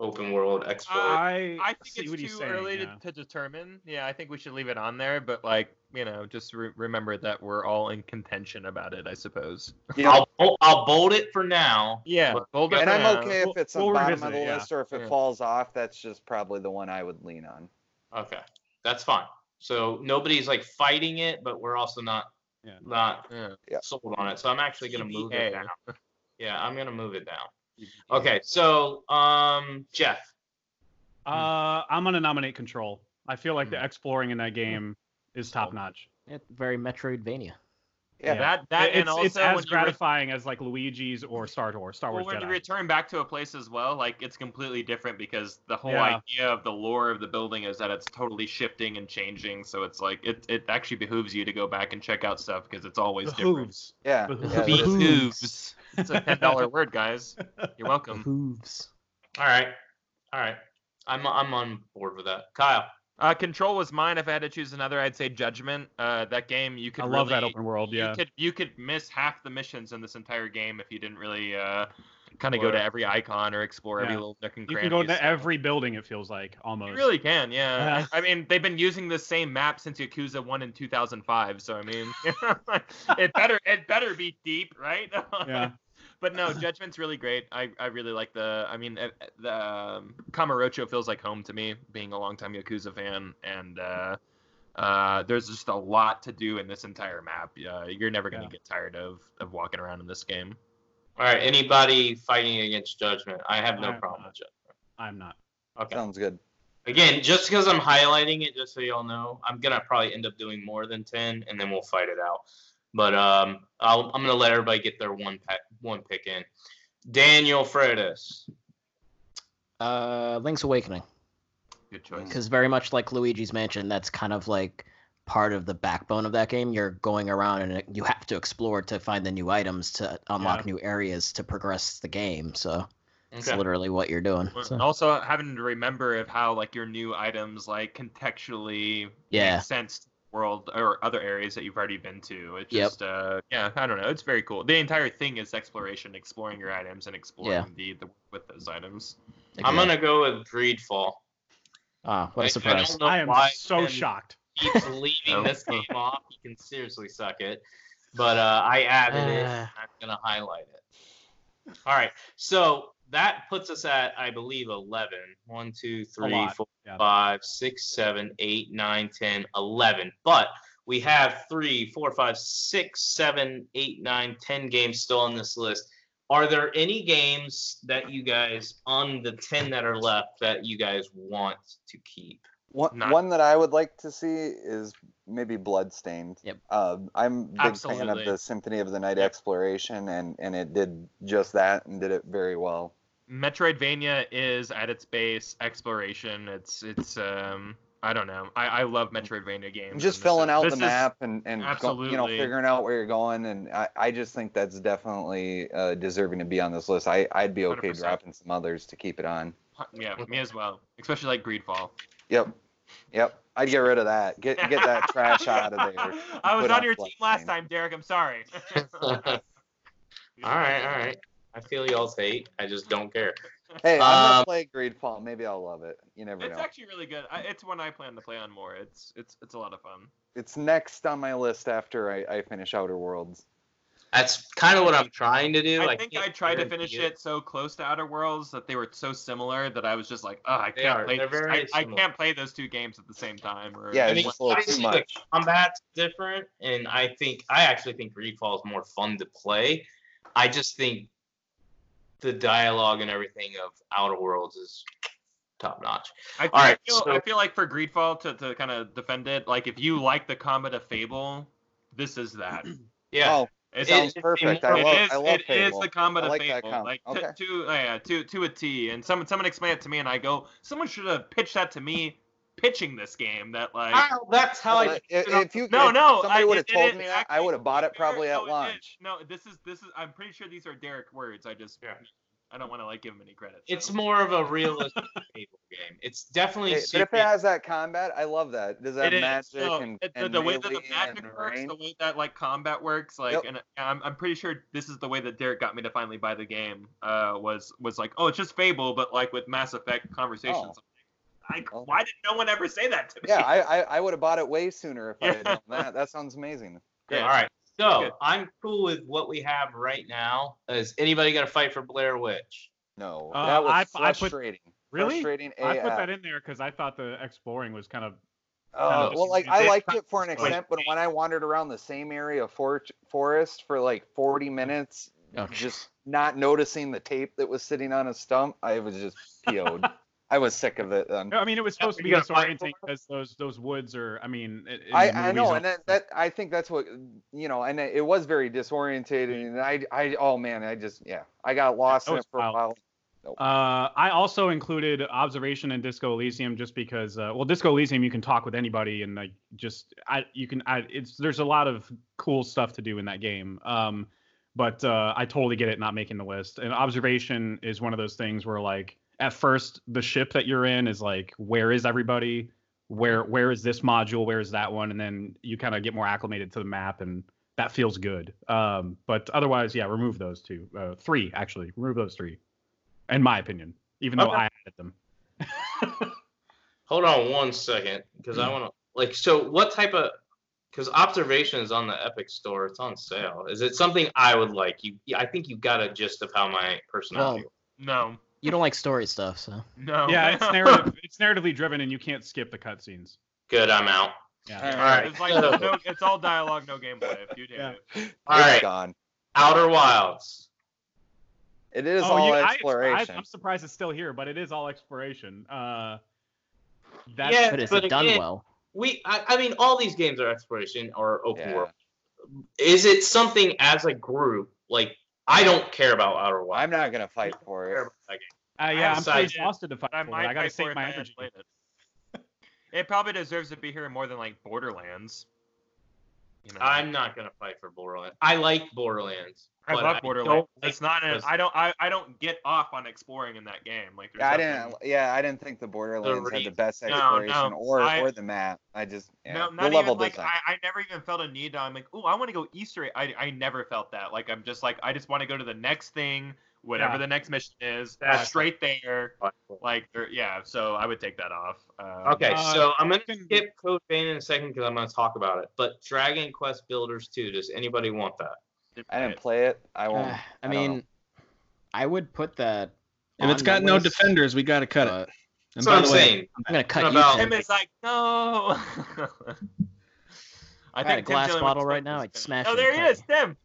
I: open world explorer?
F: I,
H: I
F: see
H: think
F: what
H: it's
F: he's
H: too
F: saying,
H: early
F: yeah.
H: to, to determine. Yeah, I think we should leave it on there, but like you know, just re- remember that we're all in contention about it. I suppose.
I: I'll bo- I'll bold it for now.
H: Yeah, hold it
J: and i'm
H: for now.
J: okay if
F: We'll-
J: it's on
F: we'll
J: bottom
F: revisit
J: of the
F: it, yeah.
J: list or if it
H: Yeah.
J: falls off that's just probably the one i would lean on
I: Okay. That's fine. So nobody's like fighting it, but we're also not
F: Yeah.
I: not
H: Yeah.
I: sold on it. So I'm actually going to move
H: TBA.
I: it down. Yeah, I'm going to move it down. Okay. So um Jeff,
F: Uh, I'm gonna nominate Control. I feel like the
H: Hmm. Oh.
F: exploring in that game is top notch.
G: It's very Metroidvania.
J: yeah,
F: Yeah.
H: That that
F: it's,
H: and also
F: it's as
H: when you re-
F: gratifying as like Luigi's or Star Wars. Star
H: Well,
F: Wars
H: when you
F: Jedi.
H: return back to a place as well, like it's completely different because the whole
F: Yeah.
H: idea of the lore of the building is that it's totally shifting and changing. So it's like it, it actually behooves you to go back and check out stuff because it's always
F: the hooves.
J: yeah,
F: Behooves.
J: yeah,
H: different.
J: that's-
H: Behooves. It's a ten dollar word, guys. You're welcome.
G: Hooves.
I: all right. All right. I'm I'm on board with that. Kyle
H: Uh, Control was mine. If I had to choose another, I'd say Judgment. Uh, that game you could
F: I love that
H: really-
F: open world.
H: You
F: Yeah.
H: could you could miss half the missions in this entire game if you didn't really uh, kind of go to
I: Explore.
H: every icon or explore every
F: Yeah.
H: little nook and
F: You
H: cranny.
F: can go
H: so-
F: to every building. It feels like almost.
H: You really can, yeah.
F: Yeah.
H: I I mean, they've been using the same map since Yakuza One in 2005, so I mean, it better it better be deep, right?
F: Yeah.
H: But no, Judgment's really great. I, I really like the. I mean, uh, the um, Kamurocho feels like home to me, being a longtime Yakuza fan, and uh, uh, there's just a lot to do in this entire map. Uh, you're never gonna
F: Yeah.
H: get tired of of walking around in this game.
I: All right, anybody fighting against judgment, I have no
F: I'm
I: problem
F: not.
I: with judgment.
F: I'm not.
I: Okay.
J: sounds good
I: Again, just because I'm highlighting it, just so y'all know, I'm gonna probably end up doing more than ten, and then we'll fight it out. But um, I'll, I'm gonna let everybody get their one pack, one pick in. Daniel Freitas.
G: Uh, Link's Awakening.
H: Good choice.
G: because very much like Luigi's Mansion, that's kind of like part of the backbone of that game. You're going around and you have to explore to find the new items to unlock new areas to progress the game. So it's
I: Okay.
G: literally what you're doing.
H: Well,
G: So,
H: and also having to remember of how like your new items like contextually
G: Yeah.
H: make sense to the world or other areas that you've already been to. It's
G: Yep.
H: just uh yeah, I don't know. It's very cool. The entire thing is exploration, exploring your items and exploring
G: Yeah.
H: the, the with those items.
I: I'm gonna go with Greedfall.
G: Ah, what
I: I- I
G: a surprise!
I: don't know
F: I am
I: why,
F: so
I: and
F: shocked.
I: keeps leaving this game off, you can seriously suck it. But uh, I added it. and I'm gonna highlight it. All right, so that puts us at I believe 11. One, two, three,
F: lot,
I: four,
F: yeah.
I: five, six, seven, eight, nine, 10, 11. But we have three, four, five, six, seven, eight, nine, ten games still on this list. Are there any games that you guys on the ten that are left that you guys want to keep?
J: One,
I: Not-
J: one that I would like to see is maybe Bloodstained.
G: Yep.
J: Uh, I'm a big fan
I: Absolutely.
J: of the Symphony of the Night exploration, and, and it did just that and did it very well.
H: Metroidvania is at its base exploration. It's it's um I don't know. I, I love Metroidvania games.
J: Just
H: and this
J: filling
H: is-
J: out
H: this
J: the
H: is-
J: map and, and go, you know
H: Absolutely.
J: figuring out where you're going, and I, I just think that's definitely uh, deserving to be on this list. I I'd be okay
H: 100%.
J: dropping some others to keep it on.
H: Yeah, me as well. Especially like Greedfall.
J: Yep, yep. I'd get rid of that. Get get that trash out of there.
H: I was
J: Put
H: on
J: on
H: your team last
J: Bloodstained.
H: time, Derek. I'm sorry.
I: all right, all right. I feel y'all's hate. I just don't care.
J: Hey, I'm
I: Um,
J: gonna play Greedfall. Maybe I'll love it. You never
H: It's
J: know.
H: actually really good. I, it's one I plan to play on more. It's it's it's a lot of fun.
J: it's next on my list after I, I finish Outer Worlds.
I: That's kind of what I'm trying to do.
H: I think I
I: can't
H: tried to
I: guarantee
H: finish it so close to Outer Worlds that they were so similar that I was just like, oh, I
I: They
H: can't
I: are.
H: play.
I: They're
H: this-
I: very
H: I, I
I: similar.
H: can't play those two games at the same time. Or
J: Yeah,
I: I
J: it's
I: mean,
J: just a little too
I: obviously the
J: much.
I: combat's different, and I think I actually think Greedfall is more fun to play. I just think the dialogue and everything of Outer Worlds is top notch.
H: I,
I: All right,
H: I, feel,
I: so-
H: I feel like for Greedfall to, to kind of defend it, like if you like the Comet of Fable, this is that.
I: Yeah.
J: Oh,
H: It's,
J: sounds
I: it's a
J: perfect. I
I: more-
H: it
J: love,
H: is-
J: I love
H: it is
J: Fable.
H: the Comet
J: I
H: of
J: like that
H: Fable,
J: com-
H: like
J: okay.
H: to, to oh, yeah, to to a T. And someone someone explained it to me, and I go, someone should have pitched that to me, pitching this game. That like,
I: Wow, that's how I.
J: Well, if, if you
H: No,
J: if
H: no,
J: somebody
H: I-
J: would have
H: it- it
J: told
H: is
J: me that, I
H: actually-
J: would have bought it probably
H: Derek, no,
J: at
H: it is.
J: lunch.
H: No, this is this is. I'm pretty sure these are Derek words. I just
I: Yeah.
H: I don't want to like give him any credit.
I: It's
H: so.
I: more of a realistic Fable game. It's definitely.
J: Hey, but if it
I: serious.
J: has that combat, I love that. Does that
H: It is,
J: magic
H: no,
J: and,
H: it- the,
J: and
H: the way that the
J: melee
H: magic
J: and
H: works,
J: range?
H: the way that like combat works, like,
J: Yep.
H: and I'm, I'm pretty sure this is the way that Derek got me to finally buy the game. Uh, was was like, oh, it's just Fable, but like with Mass Effect conversations. I'm Like, I-
J: Oh.
H: why did no one ever say that to me?
J: Yeah, I, I, I would have bought it way sooner if I had
H: Yeah.
J: known that. That sounds amazing.
I: Okay,
H: Yeah.
I: all right. So
H: Good.
I: I'm cool with what we have right now. Is anybody gonna fight for Blair Witch?
J: No,
F: Uh,
J: that was
F: I- I put-
J: frustrating.
F: Really?
J: Frustrating AF.
F: I put that in there because I thought the exploring was kind of
J: Uh,
F: Kind of
J: well, like
F: just-
J: I
H: it's
J: liked it for an
H: like-
J: extent, but when I wandered around the same area of for- forest for like 40 minutes,
G: Okay.
J: just not noticing the tape that was sitting on a stump, I was just PO'd. I was sick of it then.
F: No, I mean, it was supposed to be
I: you gotta fight
F: disorienting because those those woods are. I mean, i- in
J: I,
F: the
J: I
F: movies
J: know,
F: all-
J: and that, that I think that's what you know, and it was very disorientating. And I, I, oh man, I just yeah, I got lost
F: That
J: in
F: was
J: it for a
F: wild.
J: while.
F: Uh, I also included observation and Disco Elysium just because. Uh, well, Disco Elysium you can talk with anybody and like just I you can I it's there's a lot of cool stuff to do in that game. Um, but uh, I totally get it not making the list. And observation is one of those things where like at first the ship that you're in is like where is everybody? Where where is this module? Where is that one? And then you kind of get more acclimated to the map and that feels good. Um, but otherwise, yeah, remove those two, uh, three actually, remove those three in my opinion, even though
I: Okay.
F: I added them.
I: Hold on one second, because I want to like. So, what type of? Because observation is on the Epic Store. It's on sale. Is it something I would like? You, yeah, I think you got a gist of how my personality.
G: Well,
H: no,
G: You don't like story stuff, so
H: no.
F: Yeah, it's narrative. It's narratively driven, and you can't skip the cutscenes.
I: Good, I'm out.
F: Yeah.
I: All right,
H: It's like no, no- it's all dialogue, no gameplay. If you do
F: Yeah.
H: it.
I: all
J: It's
I: right.
J: gone.
I: Outer Wilds.
J: It is
F: Oh,
J: all
F: you- I-
J: exploration.
F: I, am surprised it's still here, but it is all exploration. Uh, that's,
I: Yeah.
G: but is
I: But
G: it done
I: again-
G: well?
I: We, I, I mean, all these games are exploration or open
J: Yeah.
I: world. Is it something as a group? Like, I don't care about Outer Wilds.
J: I'm not gonna fight for
I: care
J: it.
I: about that game.
F: uh, yeah, I'm so
I: decided
F: exhausted to fight
H: I
F: for it.
H: might
F: I gotta
H: pay for
F: save
H: it
F: my
H: if I had
F: energy.
H: played it. It probably deserves to be here more than like Borderlands. You know?
I: I'm not gonna fight for Borderlands. I like Borderlands.
H: I
I: but
H: love Borderlands.
I: don't
H: It's not. An,
I: because-
H: I don't. I, I don't get off on exploring in that game. Like there's
J: Yeah, I
H: nothing-
J: didn't. Yeah, I didn't think the Borderlands had the
I: reason.
J: best
H: No,
J: exploration
H: no,
J: or
H: I-
J: or the map. I just yeah.
H: No,
J: the
H: not
J: level
H: even like
J: design.
H: I, I never even felt a need. To, I'm like, oh, I want to go Easter. Egg. I I never felt that. Like I'm just like I just want to go to the next thing whatever
F: Yeah.
H: the next mission is,
I: That's-
H: straight there. Like, there- yeah. So I would take that off. Um,
I: Okay,
F: Uh,
I: so I'm gonna
F: can-
I: skip Code Vein in a second because I'm gonna talk about it. But Dragon Quest Builders 2, does anybody want that?
J: I didn't play it. I won't.
G: Uh, I
J: I don't know.
G: mean, I, would put that.
E: If it's
G: on
E: got
G: the
E: no
G: list,
E: defenders, we got to cut it.
G: but
E: And
I: That's what
E: by
I: I'm
E: the way,
I: saying.
G: I'm gonna cut you.
I: about-
G: Tim.
H: Tim is like, no. I
G: had a glass
H: Gilliam
G: bottle
H: was
G: right now,
H: supposed
G: I'd
H: to-
G: smash
H: Oh,
G: it,
H: there he
G: but-
H: is, Tim.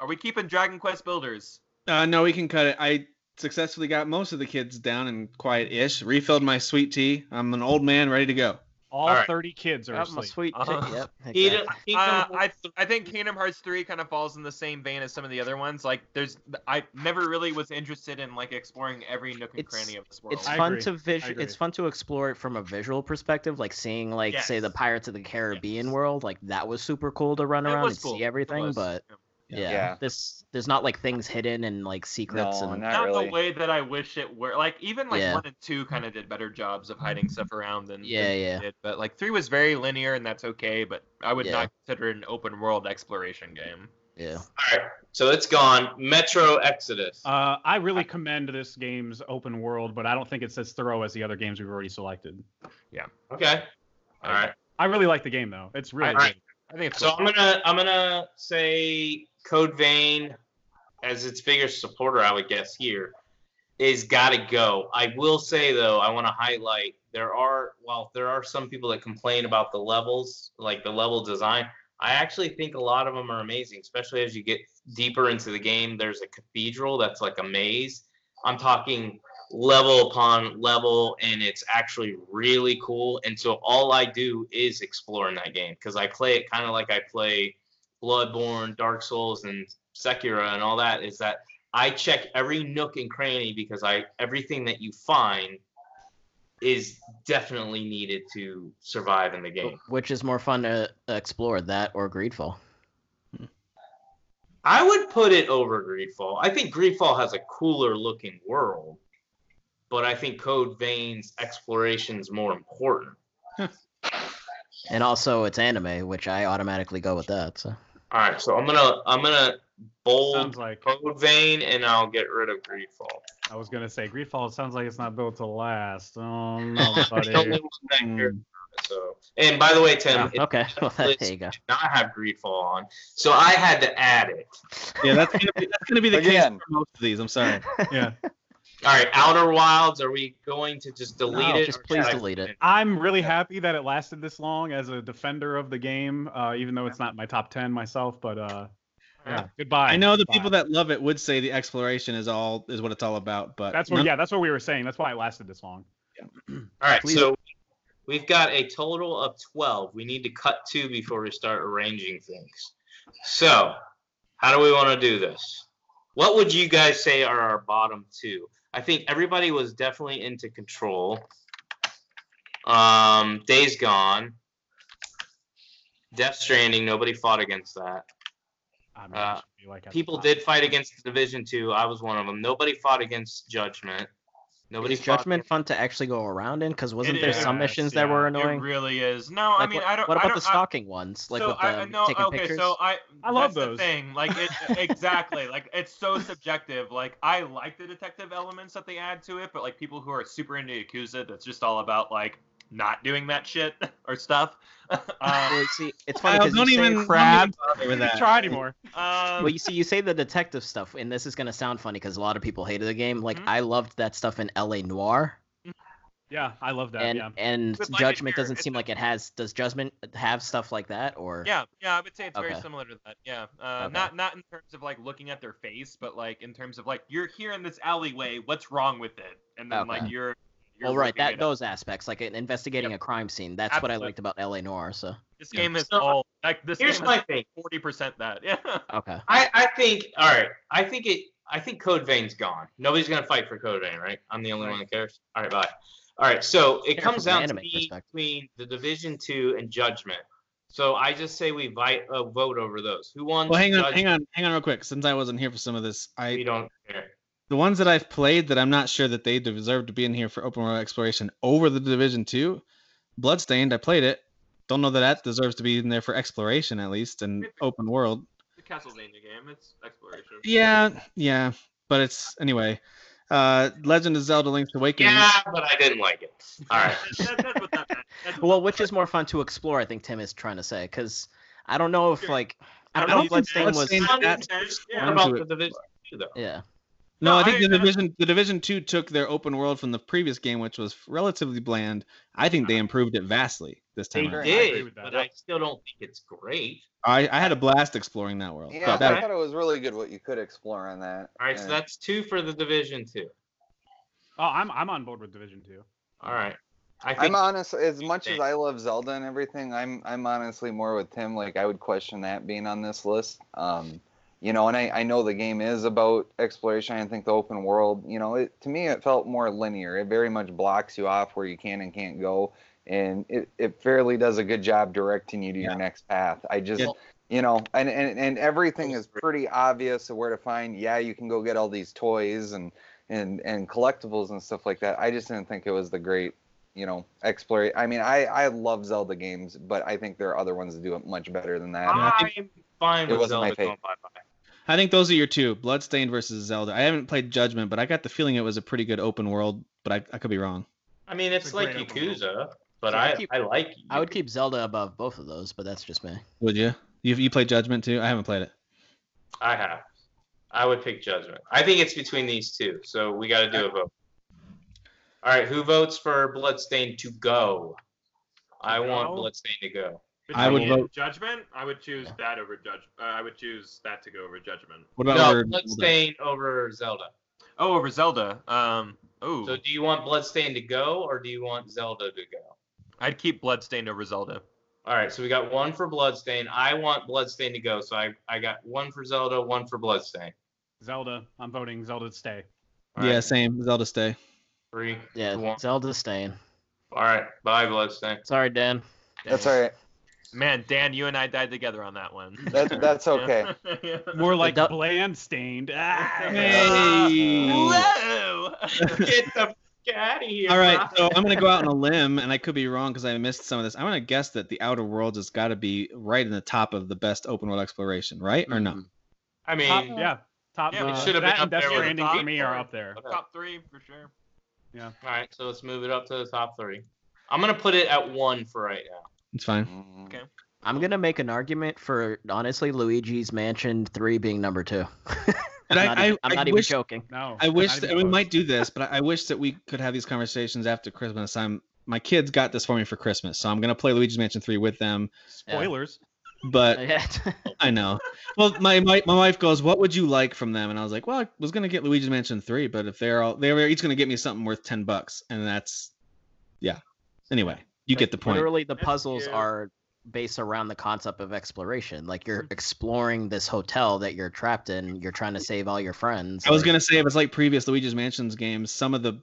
H: Are we keeping Dragon Quest Builders?
E: Uh, no, we can cut it. I successfully got most of the kids down and quiet-ish. Refilled my sweet tea. I'm an old man, ready to go.
F: All
I: Alright.
F: 30 kids are
G: Got my
F: asleep.
G: sweet. tea.
H: Uh-huh.
G: yep.
I: He,
G: exactly.
I: he
H: Uh,
I: comes-
H: I I think Kingdom Hearts three kind of falls in the same vein as some of the other ones. Like, there's I never really was interested in like exploring every nook and
G: It's-
H: cranny of this world.
G: It's
F: I
G: fun
F: agree.
G: to
F: I
G: visual.
F: agree.
G: It's fun to explore it from a visual perspective, like seeing, like, say, the
H: Yes.
G: Pirates of the Caribbean
H: Yes.
G: world. Like that was super cool to run
H: It
G: around
H: was
G: and
H: cool.
G: see
H: It
G: everything.
H: was.
G: But
E: Yeah.
G: yeah,
J: Yeah.
G: this there's not like things hidden and like secrets
J: no,
G: and
J: not
H: not
J: really.
H: the way that I wish it were. Like even like
G: Yeah. Mm-hmm.
H: one and two kind of did better jobs of hiding stuff around than than
G: Yeah,
H: three
G: yeah.
H: did. But like three was very linear and that's okay. But I would
G: Yeah.
H: not consider it an open world exploration game.
G: yeah.
I: all right, so it's gone. Metro Exodus.
F: Uh, I really commend this game's open world, but I don't think it's as thorough as the other games we've already selected.
I: okay. All right.
F: I really like the game though; it's really
I: Alright.
F: good.
H: I think it's
I: So
H: cool.
I: I'm gonna I'm gonna say Code Vein as its biggest supporter, I would guess here is gotta go. I will say though, I want to highlight there are while there are some people that complain about the levels, like the level design. I actually think a lot of them are amazing, especially as you get deeper into the game. There's a cathedral that's like a maze. I'm talking level upon level, and it's actually really cool. And so all I do is explore in that game because I play it kind of like I play Bloodborne, Dark Souls, and Sekiro, and all that. Is that I check every nook and cranny because I everything that you find is definitely needed to survive in the game.
G: Which is more fun to explore, that or Greedfall?
I: I would put it over Greedfall. I think Greedfall has a cooler looking world, but I think Code Vein's exploration is more important.
G: And also, it's anime, which I automatically go with that. So
I: All right, so I'm gonna I'm gonna bold
F: Sounds like
I: Code Vein and I'll get rid of Greedfall.
F: I was gonna say Greedfall. Sounds like it's not built to last. Oh no,
I: It's the only
F: buddy.
I: one that cares
F: Mm.
I: about it, so, and by the way, Tim,
G: Yeah,
I: it
G: okay, well, there
I: it's-
G: you go.
I: did not have Greedfall on, so I had to add it.
E: Yeah, that's gonna be, that's gonna be the
J: Again.
E: case for most of these. I'm sorry.
F: yeah,
I: All right, Outer Wilds. Are we going to just delete
G: No,
I: it?
G: just
I: or
G: please
I: should I-
G: delete it.
F: I'm really happy that it lasted this long as a defender of the game, uh, even though it's not my top ten myself. But uh, yeah, goodbye.
E: I know the
F: Bye.
E: people that love it would say the exploration is all is what it's all about, but
F: That's what. Yeah, that's what we were saying. That's why it lasted this long.
I: All right,
G: Please.
I: so we've got a total of 12. We need to cut two before we start arranging things. So, how do we want to do this? What would you guys say are our bottom two? I think everybody was definitely into control. Um, Days Gone. Death Stranding, nobody fought against that.
F: I mean,
I: Uh,
F: Ah, it should be like at the
I: People
F: top.
I: did fight against Division 2. I was one of them. Nobody fought against Judgment. Nobody
G: Is
I: fought
G: Judgment fun to actually go around in? Because wasn't
H: It
G: there
H: is,
G: some missions that
F: yeah.
G: were
H: It
G: annoying?
H: really is. No, I
G: Like,
H: mean
G: what,
H: I don't.
G: what
H: I
G: about
H: don't,
G: the stalking ones? Like
H: so
G: with the
H: I, no,
G: taking
H: okay,
G: pictures?
H: so I
F: I love
H: that's the
F: those.
H: thing. Like it, exactly. like it's so subjective. Like I like the detective elements that they add to it, but like people who are super into Yakuza, that's just all about like not doing that shit or stuff. um,
G: Well, you see, it's funny
E: Kyle,
G: because
E: don't
G: you
E: even
G: say
E: don't
G: crab.
E: even bother with that.
F: try anymore.
H: um,
G: Well, you see, you say the detective stuff, and this is gonna sound funny because a lot of people hated the game. Like
H: Mhm.
G: I loved that stuff in L.A. Noir,
F: Yeah, I love that.
G: and
F: yeah.
G: and
H: But like it
G: Judgment
H: here,
G: doesn't
H: it's
G: seem like it has. Does Judgment have stuff like that, or
H: Yeah, yeah, I would say it's
G: Okay.
H: very similar to that. Yeah, uh,
G: Okay.
H: not not in terms of like looking at their face, but like in terms of like you're here in this alleyway. What's wrong with it? And then
G: Okay.
H: like you're. you're
G: Well, right,
H: looking
G: that
H: it up.
G: those aspects, like in investigating a crime scene, that's what I
H: Absolutely.
G: liked about L.A. Noir. So
H: This game is
I: So,
H: all like this.
I: Here's my thing.
H: forty percent that. Yeah.
G: okay,
I: I, I think all right. I think it. I think Code Vein's gone. Nobody's gonna fight for Code Vein, right? I'm the only one that cares. All right, bye. All right, so it
G: Yeah,
I: comes
G: from an
I: down to
G: anime
I: me
G: perspective.
I: between the Division Two and Judgment. So I just say we vi- uh, vote over those. Who won?
E: Well, hang on,
I: Judgment?
E: hang on, hang on, real quick. Since I wasn't here for some of this, I
I: We don't care.
E: the ones that I've played that I'm not sure that they deserve to be in here for open world exploration over the Division Two, Bloodstained. I played it. Don't know that that deserves to be in there for exploration at least and open world.
H: The Castlevania game. It's exploration.
E: Yeah, yeah. But it's anyway. Uh, Legend of Zelda: Link's Awakening.
I: Yeah, but I didn't like it. All right.
H: That- that's what that meant. That's what
G: Well, which is more fun to explore? I think Tim is trying to say because I don't know if like I don't
E: I
G: know
E: don't
G: if Bloodstain
E: think
G: was
E: Bloodstained-
H: that meant.
I: What
H: Yeah.
I: about the division two though?
G: yeah
E: No,
H: No,
E: I think
H: I-
E: the
H: I-
E: division the division two took their open world from the previous game, which was relatively bland. I think they improved it vastly this time.
F: They
E: around.
F: I agree
I: Did,
F: with that.
I: but I still don't think it's great.
E: I, I had a blast exploring that world.
J: Yeah,
E: That-
J: I thought it was really good what you could explore on that.
I: All right, so
J: Yeah.
I: that's two for the division two.
F: Oh, I'm I'm on board with Division Two.
I: All right. I think
J: I'm honest. As much as
I: think-
J: I love Zelda and everything, I'm I'm honestly more with Tim. Like I would question that being on this list. Um, you know, and I, I know the game is about exploration. I think the open world. You know, it, to me it felt more linear. It very much blocks you off where you can and can't go, and it, it fairly does a good job directing you to your next path. I just
G: Yeah.
J: you know, and, and and everything is pretty obvious of where to find. Yeah, you can go get all these toys and and and collectibles and stuff like that. I just didn't think it was the great you know, explore. I mean, I I love Zelda games, but I think there are other ones that do it much better than that.
E: I
H: I'm
E: think-
I: fine
J: It
I: with
J: wasn't my
I: Zelda
J: fave.
I: going bye bye.
E: I think those are your two, Bloodstained versus Zelda. I haven't played Judgment, but I got the feeling it was a pretty good open world. But I, I could be wrong.
I: I mean, it's,
F: It's a
I: like
F: great open world.
I: Yakuza, but
G: So I
I: I
G: keep-
I: I like.
G: I would keep Zelda above both of those, but that's just me.
E: Would you? You you play Judgment too? I haven't played it.
I: I have. I would pick Judgment. I think it's between these two, so we got to do a vote. All right, who votes for Bloodstained to go? I want
F: Go?
I: Bloodstained to go.
E: I would
H: Between
E: vote-
H: Judgment. I would choose that over judge. Uh, I would choose that to go over Judgment.
E: What about
I: No,
E: over Zelda?
I: Bloodstained over Zelda.
H: Oh, over Zelda. Um. Oh,
I: So do you want Bloodstained to go or do you want Zelda to go?
H: I'd keep Bloodstained over Zelda.
I: All right, so we got one for Bloodstained. I want Bloodstained to go, so I, I got one for Zelda, one for Bloodstained.
F: Zelda. I'm voting Zelda to stay.
I: All
E: Yeah,
I: right,
E: same. Zelda stay.
I: Three.
G: Yeah,
I: One.
G: Zelda staying.
I: All right, bye Bloodstained.
G: Sorry, Dan.
J: That's all right.
H: Man, Dan, you and I died together on that one.
J: That's that's okay.
H: Yeah.
F: More like
G: dou-
F: bland stained. Ah.
E: Hey.
H: Hello.
I: Get the fuck out of here.
E: All right,
I: bye.
E: so I'm gonna go out on a limb, and I could be wrong because I missed some of this. I'm gonna guess that the Outer Worlds has got to be right in the top of the best open world exploration, right or
G: Mm-hmm.
E: no?
I: I mean,
F: Top, yeah. Top.
H: Yeah, it
F: uh,
I: should have been
F: that
I: up
F: and Death
I: there with
F: Stranding
H: Top
F: for me are
H: Gear.
F: up there.
H: Top three for sure.
I: All right, so let's move it up to the top three. I'm gonna put it at one for right now.
E: It's fine.
J: Mm.
H: Okay.
G: I'm gonna make an argument for honestly Luigi's Mansion Three being number two.
E: And
G: Not
E: I,
G: even-
E: I,
G: I'm
E: I
G: not even
E: wish
G: joking.
F: No.
E: I wish
F: not
E: that,
F: even
E: we
F: close.
E: might do this, but I, I wish that we could have these conversations after Christmas. I'm my kids got this for me for Christmas, so I'm gonna play Luigi's Mansion Three with them.
F: Spoilers.
E: But
G: Yeah.
E: I know. Well, my, my my wife goes, "What would you like from them?" And I was like, "Well, I was gonna get Luigi's Mansion Three, but if they're all they were each gonna get me something worth ten bucks, and that's yeah. Anyway, you get the point.
G: Literally, the
H: That's
G: puzzles
H: cute.
G: are based around the concept of exploration. Like
I: Mm-hmm.
G: you're exploring this hotel that you're trapped in. You're trying to save all your friends.
E: I was
G: like-
E: gonna say if it's like previous Luigi's Mansions games, some of the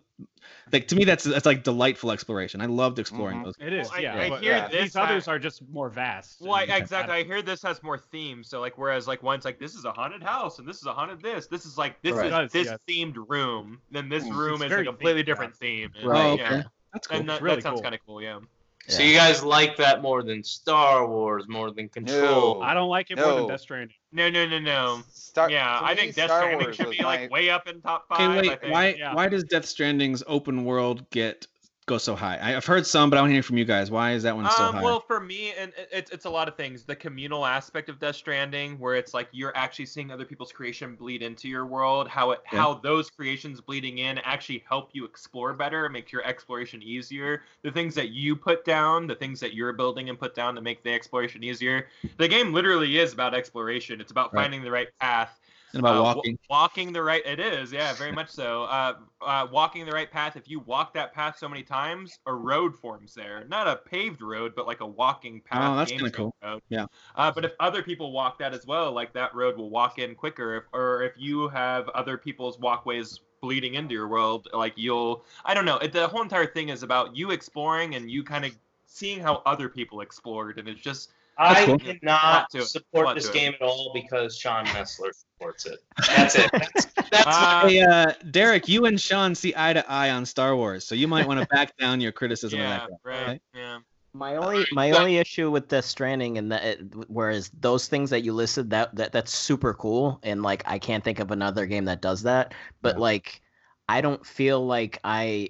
E: like to me that's that's like delightful exploration. I loved exploring
H: Mm-hmm.
J: Mhm.
E: those.
F: It is.
H: Well, I-
F: yeah.
H: I
F: but
H: hear
F: yeah,
H: this,
F: These others
H: I-
F: are just more vast.
H: Well, I,
F: and-
H: exactly. I hear this has more themes. So like, whereas like one's like this is a haunted house and this is a haunted this. This is like this
E: Right.
H: is
F: Does,
H: this
F: yes.
H: themed room. Then this
J: Mm.
H: room
F: It's
H: is a
F: very
H: completely
F: themed,
H: different theme. and,
G: Right.
E: Oh, okay.
H: Yeah.
E: That's cool.
H: And that,
F: really
H: that sounds
F: cool.
H: kind of cool. Yeah.
I: So you guys like that more than Star Wars, more than Control?
J: No.
F: I don't like it more than
J: No.
F: Death Stranding.
H: No, no, no, no.
J: Oh. Star-
H: um, yeah,
J: to
H: I
J: me,
H: think Death
J: Star
H: Stranding
J: Wars
H: should
J: was
H: be like
J: my-
H: way up in top five.
E: Okay,
H: I
E: wait,
H: think.
E: why
F: yeah.
E: why does Death Stranding's open world get go so high? I, I've heard some, but I want to hear from you guys. Why is that one so
H: Um,
E: high?
H: well, for me, and it- it's it's a lot of things. The communal aspect of Death Stranding, where it's like you're actually seeing other people's creation bleed into your world. How it
E: Yeah.
H: how those creations bleeding in actually help you explore better, make your exploration easier. The things that you put down, the things that you're building and put down to make the exploration easier. The game literally is about exploration. It's about
E: Right.
H: finding the right path.
E: and about
H: uh, wa-
E: walking.
H: walking the right it is yeah very much so uh, uh walking the right path if you walk that path so many times a road forms there not a paved road but like a walking path
E: Oh, that's
H: game
E: kinda
H: show
E: cool.
H: road.
E: Yeah.
H: uh, but if other people walk that as well like that road will walk in quicker if, or if you have other people's walkways bleeding into your world like you'll i don't know it, the whole entire thing is about you exploring and you kind of seeing how other people explored and it's just
I: I
E: cool.
I: cannot
H: Lot to it.
I: support
H: Lot
I: this
H: to it.
I: game at all because Sean Messler supports it. That's it. That's, that's
H: Uh,
E: Hey, uh, Derek, you and Sean see eye to eye on Star Wars, so you might want to back down your criticism
H: yeah
E: of that. guy.
H: right
E: right?
H: yeah
G: My only my only issue with the stranding and that it- whereas those things that you listed that, that that's super cool and like I can't think of another game that does that but like I don't feel like I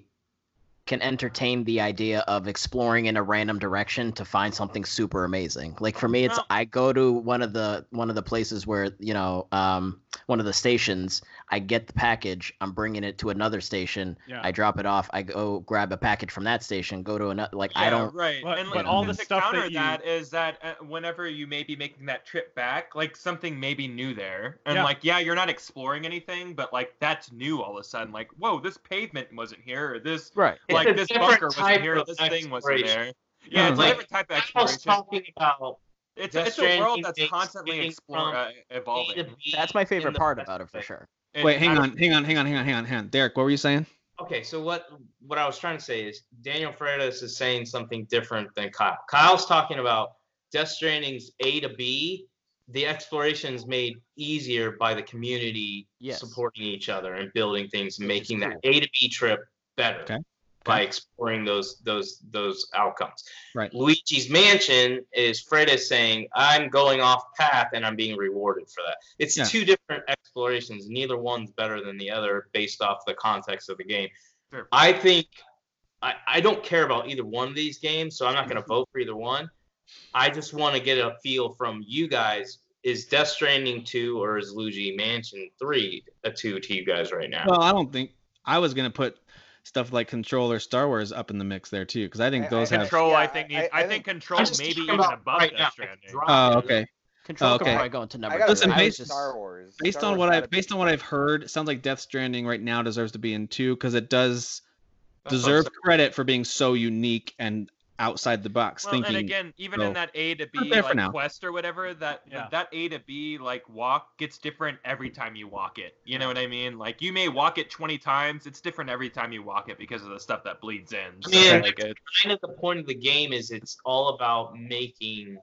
G: can entertain the idea of exploring in a random direction to find something super amazing. Like for me it's
H: No.
G: I go to one of the one of the places where you know um one of the stations I get the package I'm bringing it to another station
F: Yeah.
G: I drop it off I go grab a package from that station go to another like I
H: Yeah,
G: don't
H: Right.
F: But-
H: and
F: but
H: like,
F: all
H: all the
F: the stuff
H: counter
F: that you-
H: that is that uh, whenever you may be making that trip back, like something may be new there, and
F: Yeah.
H: like yeah, you're not exploring anything, but like that's new all of a sudden. Like whoa, this pavement wasn't here, or this
G: Right.
I: It's a
H: like this
I: different
H: bunker wasn't
I: type
H: here,
I: of
H: this thing wasn't
I: exploration.
H: there. Yeah, it's
G: Like,
H: a different type of
I: I was
H: exploration.
I: talking about
H: It's,
I: Death
H: it's a world
I: Stranding
H: that's
I: takes
H: constantly
I: things
H: explore,
I: from
H: uh,
I: A to
H: evolving.
I: B
G: That's my
I: in
G: favorite
I: the
G: part
I: best
G: about it for
I: way.
G: sure.
H: It-
E: Wait, hang
H: I-
E: on, hang on, hang on, hang on, hang on, hang on. Derek, what were you saying?
I: Okay, so what what I was trying to say is Daniel Freitas is saying something different than Kyle. Kyle's talking about Death Stranding's A to B. The exploration is made easier by the community
G: Yes.
I: supporting each other and building things, and
G: Which is
I: making that A to B trip better
E: Okay,
I: by exploring those those those outcomes.
E: Right.
I: Luigi's Mansion is Freitas saying I'm going off path and I'm being rewarded for that. It's
E: Yeah.
I: two different explorations. Neither one's better than the other based off the context of the game.
H: Sure.
I: I think I, I don't care about either one of these games, so I'm not going
E: Mm-hmm.
I: to vote for either one. I just want to get a feel from you guys. Is Death Stranding 2 or is Luigi Mansion 3 a 2 to you guys right now?
E: Well, I don't think I was gonna put stuff like Control or Star Wars up in the mix there too, because I think
J: I-
E: those
J: I-
E: have.
H: Control,
J: Yeah,
H: I think needs.
J: I-
H: I,
J: I
H: think
J: think-
H: control
I: I'm just
H: maybe
I: talking
H: even
I: about
H: above
I: right now.
H: Death Stranding.
E: Oh, okay.
G: Control
E: Oh,
G: okay.
E: okay.
G: before I go into
J: I
G: number
J: gotta
E: Listen,
G: three. I was
E: based-
G: just,
J: Star Wars.
E: Based
J: Star
E: on
J: Wars
E: what I
J: gotta be-
E: based on what I've heard, it sounds like Death Stranding right now deserves to be in two because it does
I: That's what I'm
E: deserve credit for being so unique and outside the box
H: Well,
E: thinking.
H: and again, even
E: so,
H: in that A to
E: not
H: B
E: there for
H: like
E: now.
H: quest or whatever, that
F: Yeah.
H: that A to B like walk gets different every time you walk it. You know what I mean? Like you may walk it twenty times, it's different every time you walk it because of the stuff that bleeds in. So,
I: Yeah.
H: like, it-
I: kind of the point of the game is it's all about making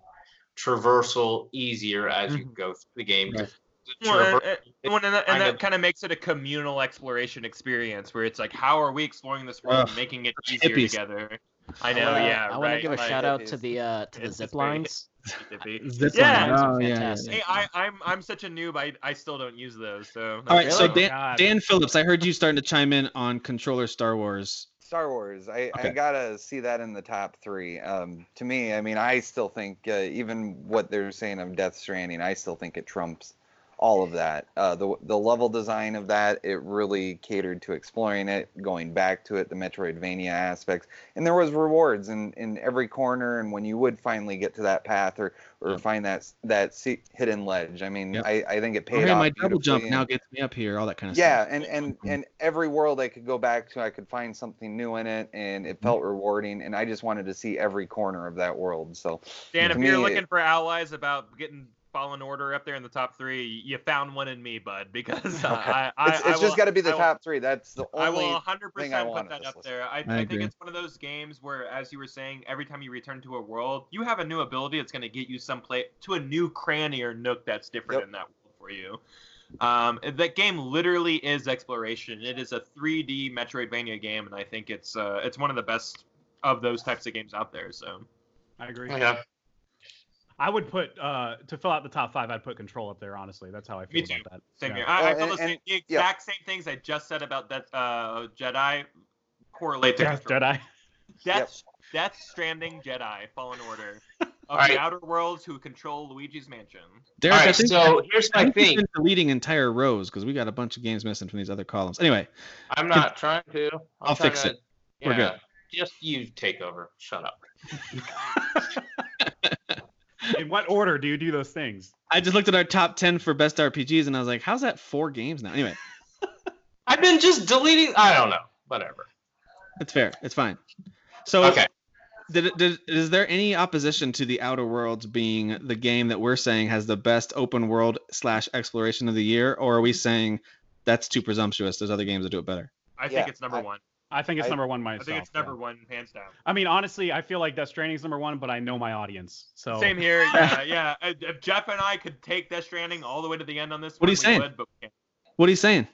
I: traversal easier as you go through the game.
E: Mm-hmm. Right.
I: The
H: Well,
I: traver-
H: and, and, well, and that,
I: kind
H: and that
I: of-
H: kind of makes it a communal exploration experience where it's like, how are we exploring this world, and
E: Ugh,
H: making it
E: such
H: easier
E: hippies.
H: together? I
G: I
H: know,
G: wanna-
H: yeah,
G: I want to
H: right.
G: give a
H: like,
G: shout out to
J: hippies.
G: the uh, to the
H: It's
G: zip
H: just very
G: lines.
H: hippie.
E: Zip
H: Yeah.
E: line. Oh, yeah, yeah,
G: Fantastic.
E: yeah.
H: Hey, I, I'm I'm such a noob. I, I still don't use those. So
E: All right, so
H: Really?
E: Dan,
F: God.
E: Dan Phillips, I heard you starting to chime in on controller Star Wars.
J: Star Wars. I, I
E: Okay.
J: gotta see that in the top three. Um, to me, I mean, I still think uh, even what they're saying of Death Stranding, I still think it trumps all of that. Uh, the the level design of that, it really catered to exploring it, going back to it, the Metroidvania aspects, and there was rewards in in every corner, and when you would finally get to that path or or find that s- that se- hidden ledge. I mean,
E: Yep.
J: I, I think it
E: Oh,
J: paid
E: hey,
J: off.
E: my double jump
J: beautifully, and-
E: now gets me up here. All that kind of
J: yeah
E: stuff.
J: and and
E: Mhm.
J: and every world i could go back to i could find something new in it and
E: Mm-hmm.
J: it felt rewarding and i just wanted to see every corner of that world so
H: Dan,
J: To
H: if you're
J: me,
H: looking
J: it-
H: for allies about getting Fallen Order up there in the top three, you found one in me, bud. Because uh,
J: Okay.
H: I, I,
J: it's,
H: I
J: it's
H: will-
J: just got to be the
H: I will-
J: top three that's the
H: I
J: only
H: will 100
J: thing I
H: percent put
J: want at
H: that
J: this
H: up
J: list.
H: there. I, I, think
E: agree.
H: it's one of those games where, as you were saying, every time you return to a world, you have a new ability that's going to get you someplace to a new cranny or nook that's different
J: Yep.
H: in that world for you. Um, that game literally is exploration. It is a 3D Metroidvania game, and I think it's uh, it's one of the best of those types of games out there. So
F: I agree.
H: Oh,
I: Oh, yeah.
F: I would put uh to fill out the top five. I'd put Control up there. Honestly, that's how I
H: Me
F: feel about that.
H: Same
F: Yeah.
H: here. I, I
J: Well,
H: feel
J: and-
H: the, same,
J: and-
H: the
J: yeah.
H: exact same things I just said about that uh, Jedi correlate to
F: Death
H: Control.
F: Jedi.
H: Death, Death Stranding Jedi Fallen Order of
I: Alright.
H: the Outer Worlds who control Luigi's Mansion.
E: Derek,
I: All
E: I
I: right,
E: think
I: so here's
E: I
I: my
E: think you've
I: thing.
E: been deleting entire rows because we got a bunch of games missing from these other columns. Anyway,
I: I'm not trying to. I'm
E: I'll
I: trying
E: fix
I: to,
E: it. We're
I: yeah, Just you take over. Shut up.
F: In what order do you do those things?
E: I just looked at our top ten for best RPGs and I was like, how's that four games now? Anyway,
I: I've been just deleting. I don't know. Whatever.
E: that's fair. It's fine. So
I: Okay.
E: did, it- did, is there any opposition to the Outer Worlds being the game that we're saying has the best open world slash exploration of the year, or
H: Mm-hmm.
E: are we saying that's too presumptuous? There's other games that do it better.
H: I
J: Yeah,
H: think it's number
J: I-
H: one.
F: I think it's
J: I-
F: number one
H: I
F: myself.
H: think it's number one, hands down.
F: I mean, honestly, I feel like Death Stranding's number one, but I know my audience. So
H: Same here. Yeah, yeah. Uh, If if Jeff and I could take Death Stranding all the way to the end on this
E: What are
H: one,
E: you
H: we
E: saying?
H: would, but we can't.
E: What are you saying?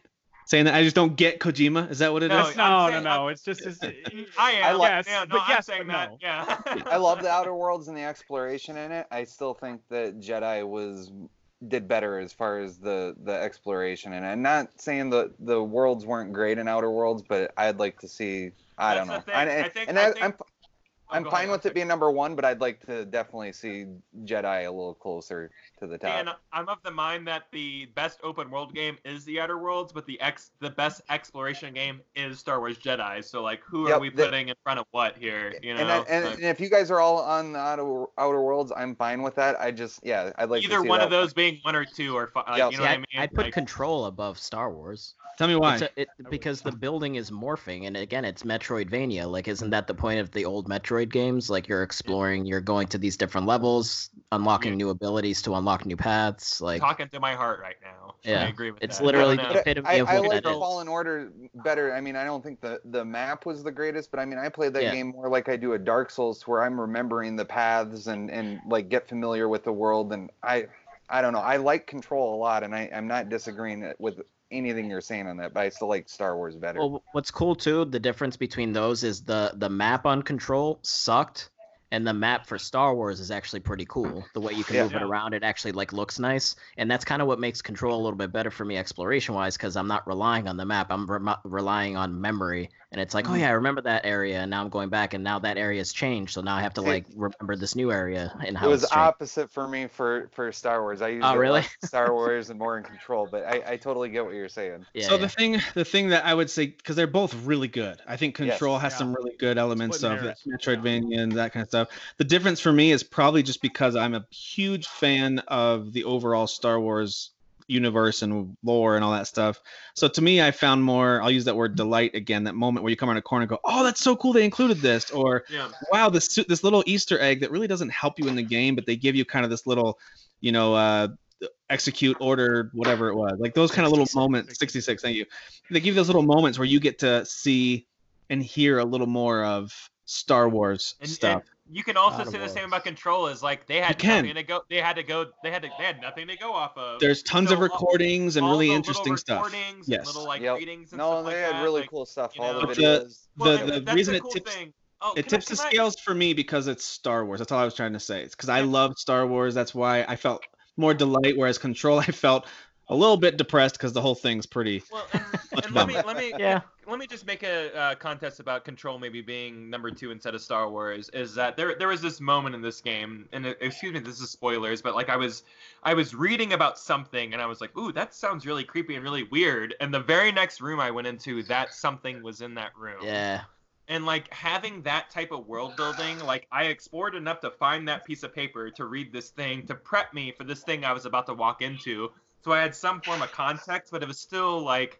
E: saying that I just don't get Kojima? Is that what it is?
H: No,
F: That's-
H: I'm
F: no, no,
H: saying-
F: no. It's just it's,
H: I am.
J: I
H: I
J: like-
H: yes, yeah, no,
F: but
H: I'm
F: yes,
H: saying
F: but
H: that.
F: no.
H: Yeah.
J: I love the Outer Worlds and the exploration in it. I still think that Jedi was did better as far as the the exploration in it. I'm not saying the the worlds weren't great in Outer Worlds, but I'd like to see. I
H: That's
J: don't
H: the
J: know. I,
H: thing. I think-
J: and
H: I
J: I,
H: think-
J: I'm
H: Oh,
J: I'm
H: go
J: fine
H: ahead.
J: with it being number one, but I'd like to definitely see Jedi a little closer to the top.
H: And I'm of the mind that the best open world game is the Outer Worlds, but the ex the best exploration game is Star Wars Jedi. So like, who
J: Yep,
H: are we
J: the-
H: putting in front of what here? You know,
J: and, I, and,
H: Like,
J: and if you guys are all on the outer, outer worlds, I'm fine with that. I just, yeah, I'd like to
H: either
J: see
H: one
J: that.
H: of those being one or two or five. Like,
J: Yeah.
H: You
G: See,
H: know what
G: I,
H: I mean?
G: I'd put
H: Like,
G: Control above Star Wars.
E: Tell me why.
G: It's a- it, because the building is morphing, and again, it's Metroidvania. Like, isn't that the point of the old Metroid games? Like, you're exploring, you're going to these different levels, unlocking new abilities to unlock new paths. Like,
H: talking to my heart right now.
G: Yeah.
H: I agree with
G: It's
H: that.
G: literally
H: I don't
G: the
H: know.
J: But
G: epitome
J: I,
G: of
J: I
G: what
J: like
G: that is.
J: Fallen Order better. I mean, I don't think the the map was the greatest, but I mean, I played that
G: Yeah.
J: game more like I do a Dark Souls, where I'm remembering the paths and and like get familiar with the world. And I, I don't know. I like Control a lot, and I I'm not disagreeing with anything you're saying on that, but I still like Star Wars better.
G: Well, what's cool too, the difference between those is the the map on Control sucked, and the map for Star Wars is actually pretty cool. The way you can
J: Yeah.
G: move it around, it actually like looks nice, and that's kind of what makes Control a little bit better for me exploration wise, because I'm not relying on the map. I'm rem- relying on memory, and it's like, oh yeah, I remember that area, and now I'm going back, and now that area's changed, so now I have to
J: See-
G: like remember this new area and how
J: it was
G: it's changed.
J: opposite for me for for Star Wars. I used
G: Oh,
J: it
G: really?
J: less in Star Wars and more in Control, but I I totally get what you're saying.
G: yeah,
E: so
G: yeah.
E: the thing, the thing that I would say, because they're both really good. I think
J: Yes.
E: Control has
F: Yeah.
E: some really good elements
F: Splitting
E: of that
F: hairs.
E: Metroidvania and that kind of stuff. The difference for me is probably just because I'm a huge fan of the overall Star Wars universe and lore and all that stuff. So to me, I found more. I'll use that word delight again. That moment where you come around a corner and go, "Oh, that's so cool! They included this," or
H: Yeah.
E: wow, this su- this little Easter egg that really doesn't help you in the game, but they give you kind of this little, you know, uh, execute order, whatever it was, like those kind of little
G: 66,
E: moments. Sixty six, thank you. They give you those little moments where you get to see and hear a little more of Star Wars
H: And,
E: stuff.
H: and you can also
G: Outer
H: say the same
G: Worlds.
H: about Control. Is like they had
E: can.
H: nothing to go. They had to go. They had to. They had nothing to go off of.
E: There's tons
H: so
E: of
H: all-
E: recordings and
H: All
E: really
H: the little
E: interesting stuff.
H: recordings And
E: Yes.
H: little like
J: Yep.
H: readings and
J: No,
H: stuff
J: they
H: like
J: had
H: that,
J: really
H: like-
J: cool stuff.
H: you
J: All
H: know.
J: the
E: But the-
J: videos.
H: Well,
E: the
H: and
E: the
H: that's
E: reason
H: the
E: it
H: cool
E: tips
H: thing. Oh,
E: it
H: can I-
E: tips the
H: can I-
E: scales for me because it's Star Wars. That's all I was trying to say. It's because I
H: Yeah.
E: love Star Wars. That's why I felt more delight, whereas Control, I felt a little bit depressed because the whole thing's pretty.
H: Well, and, and let me let me
G: Yeah.
H: let me just make a uh, contest about Control maybe being number two instead of Star Wars. Is that there? There was this moment in this game, and uh, excuse me, this is spoilers, but like I was, I was reading about something, and I was like, ooh, that sounds really creepy and really weird. And the very next room I went into, that something was in that room.
G: yeah.
H: And like having that type of world building, like I explored enough to find that piece of paper to read this thing to prep me for this thing I was about to walk into. So I had some form of context, but it was still like,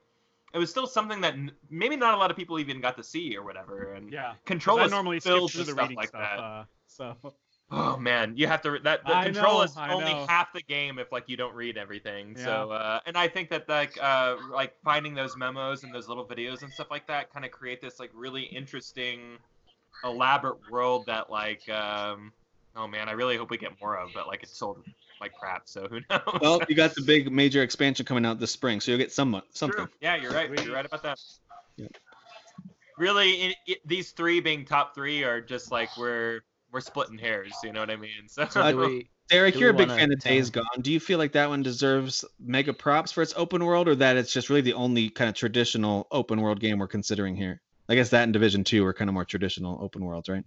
H: it was still something that n- maybe not a lot of people even got to see or whatever. And
F: yeah. 'Cause
H: control
F: I
H: is
F: normally skip
H: filled
F: through
H: with
F: the
H: stuff
F: reading
H: like
F: stuff.
H: that.
F: Uh, so
H: Oh man, you have to re- that the
F: I
H: control
F: know,
H: is
F: I
H: only
F: know.
H: half the game if like you don't read everything. So uh, and I think that like uh, like finding those memos and those little videos and stuff like that kind of create this like really interesting, elaborate world that like um, oh man, I really hope we get more of, but like it's sold like crap, so who knows?
E: Well, you got the big major expansion coming out this spring, so you'll get some something.
H: True. Yeah, you're right. You're
F: Sweet.
H: right about that.
E: Yeah.
H: Really, i i these three being top three are just like we're we're splitting hairs. You know what I mean? So.
G: So do we?
E: Derek,
G: Do we
E: you're a big
G: wanna
E: fan of
G: tell-
E: Days Gone. Do you feel like that one deserves mega props for its open world, or that it's just really the only kind of traditional open world game we're considering here? I guess that and Division Two are kind of more traditional open worlds, right?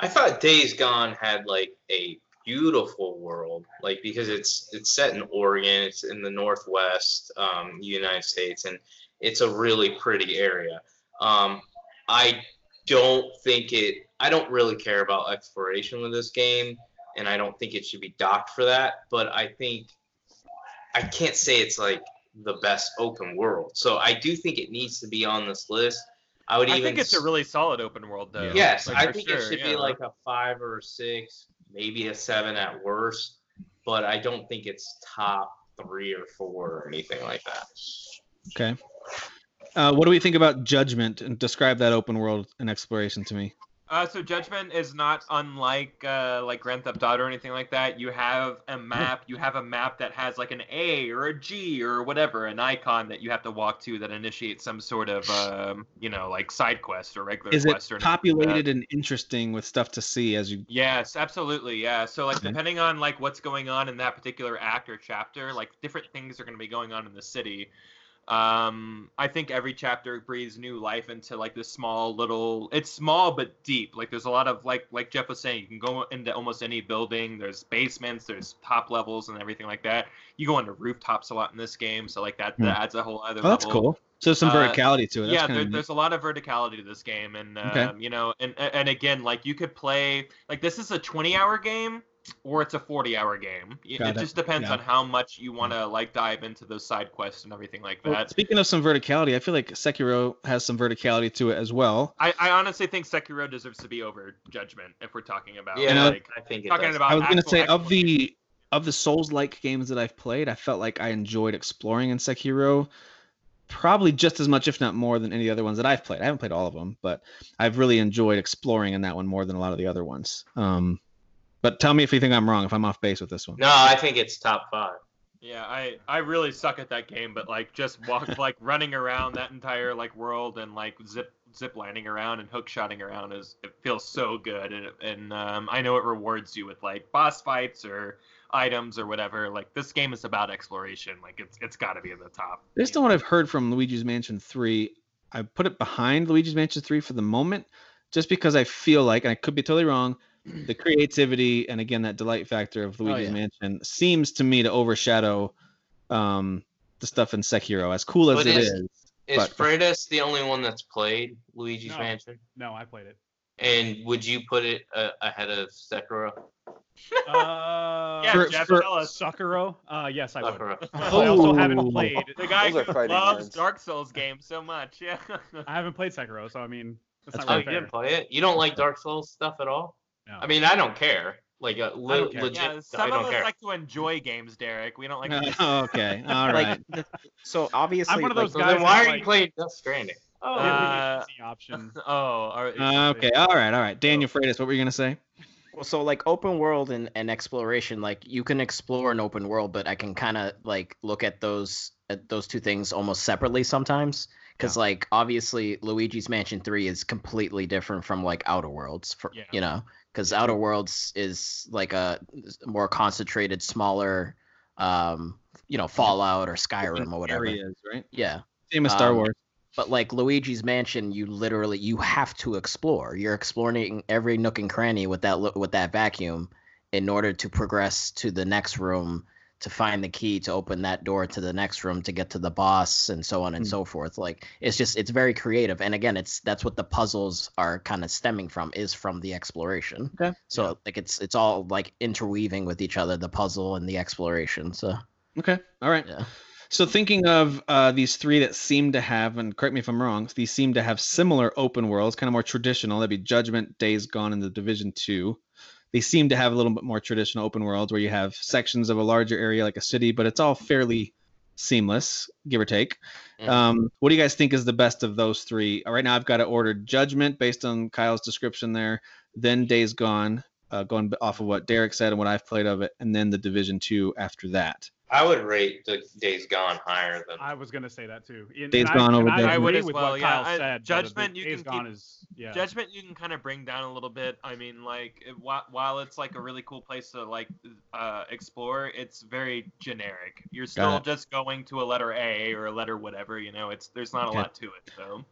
I: I thought Days Gone had like a beautiful world, like because it's it's set in Oregon, it's in the Northwest, um, United States, and it's a really pretty area. Um, I don't think it. I don't really care about exploration with this game, and I don't think it should be docked for that. But I think I can't say it's like the best open world. So I do think it needs to be on this list. I would
H: I
I: even
H: think it's a
I: s-
H: really solid open world though.
I: Yes,
H: Like,
I: I
H: for
I: think
H: sure,
I: it should
H: yeah.
I: be like a five or a six, maybe a seven at worst, but I don't think it's top three or four or anything like that.
E: Okay. Uh, what do we think about Judgment? And describe that open world and exploration to me.
H: Uh, so Judgment is not unlike uh, like Grand Theft Auto or anything like that. You have a
I: Mm-hmm.
H: map. You have a map that has like an A or a G or whatever, an icon that you have to walk to that initiates some sort of um, you know like side quest or regular
E: Is it
H: quest or anything like that.
E: populated and interesting with stuff to see as you?
H: Yes, absolutely. Yeah. So like
E: Okay.
H: depending on like what's going on in that particular act or chapter, like different things are going to be going on in the city. Um I think every chapter breathes new life into like this small little it's small but deep. Like there's a lot of like like Jeff was saying, you can go into almost any building. There's basements, there's top levels and everything like that. You go into rooftops a lot in this game, so like that,
E: Hmm.
H: that adds a whole other
E: Oh, that's
H: level
E: cool. So some
H: Uh,
E: verticality to it. That's
H: yeah,
E: kinda
H: there,
E: neat.
H: there's a lot of verticality to this game, and um,
E: Okay.
H: you know, and and again, like you could play like this is a 20-hour game or it's a 40-hour game. It,
E: Got
H: it
E: it,
H: just depends
E: yeah.
H: on how much you want to like dive into those side quests and everything like
E: Well,
H: that.
E: speaking of some verticality, I feel like Sekiro has some verticality to it as well.
H: I, I honestly think Sekiro deserves to be over Judgment if we're talking about
I: Yeah,
H: like
I: I think it
H: talking
I: does.
H: about
E: I was gonna
H: actual
E: say of
H: exploration.
E: the of the Souls-like games that I've played, I felt like I enjoyed exploring in Sekiro probably just as much, if not more, than any other ones that I've played. I haven't played all of them, but I've really enjoyed exploring in that one more than a lot of the other ones. Um, but tell me if you think I'm wrong, if I'm off base with this one.
I: No, I think it's top five.
H: Yeah, I I really suck at that game, but like just walk like running around that entire like world and like zip zip lining around and hook shotting around is it feels so good and and um, I know it rewards you with like boss fights or items or whatever. Like this game is about exploration. Like it's it's got to be in the top.
E: Based on what I've heard from Luigi's Mansion 3, I put it behind Luigi's Mansion 3 for the moment, just because I feel like, and I could be totally wrong, the creativity and again that delight factor of Luigi's
G: yeah.
E: Mansion seems to me to overshadow um, the stuff in Sekiro. As cool as
I: But
E: it
I: it's-
E: is,
I: Is
E: But-
I: Fredus the only one that's played Luigi's
F: No.
I: Mansion?
F: No, I played it.
I: And would you put it uh, ahead of Sekiro?
F: Uh,
H: Yeah,
E: For-
H: Jeff,
E: for-
H: tell us.
F: Sakuro. Uh, yes, I would.
I: Sekiro.
F: I also
E: Oh.
F: haven't played.
H: The guy
J: Those are
H: who
J: fighting
H: loves
J: words.
H: Dark Souls games so much. Yeah.
F: I haven't played Sekiro, so I mean, that's,
E: That's
I: Oh,
F: not really
I: you
F: fair.
I: didn't play it? You don't like Dark Souls stuff at all?
F: No.
I: I mean, I don't care. Like, uh, le-
F: don't care.
I: legit,
H: yeah,
I: I
H: some
I: don't
H: of us
I: care.
H: like to enjoy games, Derek. We don't like to
E: okay, all
G: like,
E: right.
G: th- so obviously,
F: one of
G: like,
F: those
I: so
F: guys
I: then why
F: that,
I: are you
F: like-
I: playing Death Stranding?
F: Oh,
H: Uh,
F: the option.
H: oh, all right.
E: Uh, okay, all right, all right. Daniel Freitas, what were you gonna say?
G: Well, so like open world and, and exploration, like you can explore an open world, but I can kind of like look at those at those two things almost separately sometimes. Because like obviously Luigi's Mansion Three is completely different from like Outer Worlds, for
H: Yeah.
G: you know, because Outer Worlds is like a more concentrated, smaller, um, you know, Fallout or Skyrim or whatever.
E: Areas, right?
G: Yeah,
E: Same as Star
G: Um,
E: Wars.
G: but like Luigi's Mansion, you literally you have to explore. You're exploring every nook and cranny with that lo- with that vacuum in order to progress to the next room to find the key to open that door to the next room to get to the boss and so on and
E: Hmm.
G: so forth. Like it's just it's very creative. And again, it's that's what the puzzles are kind of stemming from is from the exploration.
E: Okay.
G: So like it's it's all like interweaving with each other, the puzzle and the exploration. So
E: Okay, all right.
G: yeah.
E: So thinking of uh, these three that seem to have, and correct me if I'm wrong, these seem to have similar open worlds, kind of more traditional. That'd be Judgment, Days Gone, and the Division Two. They seem to have a little bit more traditional open worlds where you have sections of a larger area like a city, but it's all fairly seamless, give or take.
I: Mhm.
E: Um, what do you guys think is the best of those three? Uh, Right now, I've got to order Judgment based on Kyle's description there, then Days Gone, uh, going b- off of what Derek said and what I've played of it, and then the Division Two after that.
I: I would rate the Days Gone higher than.
F: I was gonna say that too. And-
E: Days
F: and I-
E: Gone over
F: and I
E: Judgment.
F: agree
H: I would as
F: with
H: well,
F: What
H: yeah.
F: Kyle
H: I-
F: said,
H: Judgment
F: but
H: you
F: Days
H: can
F: Gone
H: keep-
F: is yeah.
H: Judgment you can kind of bring down a little bit. I mean, like it, while, while it's like a really cool place to like uh, explore, it's very generic. You're still
E: it.
H: just going to a letter A or a letter whatever. You know, it's there's not
E: Okay.
H: a lot to it. So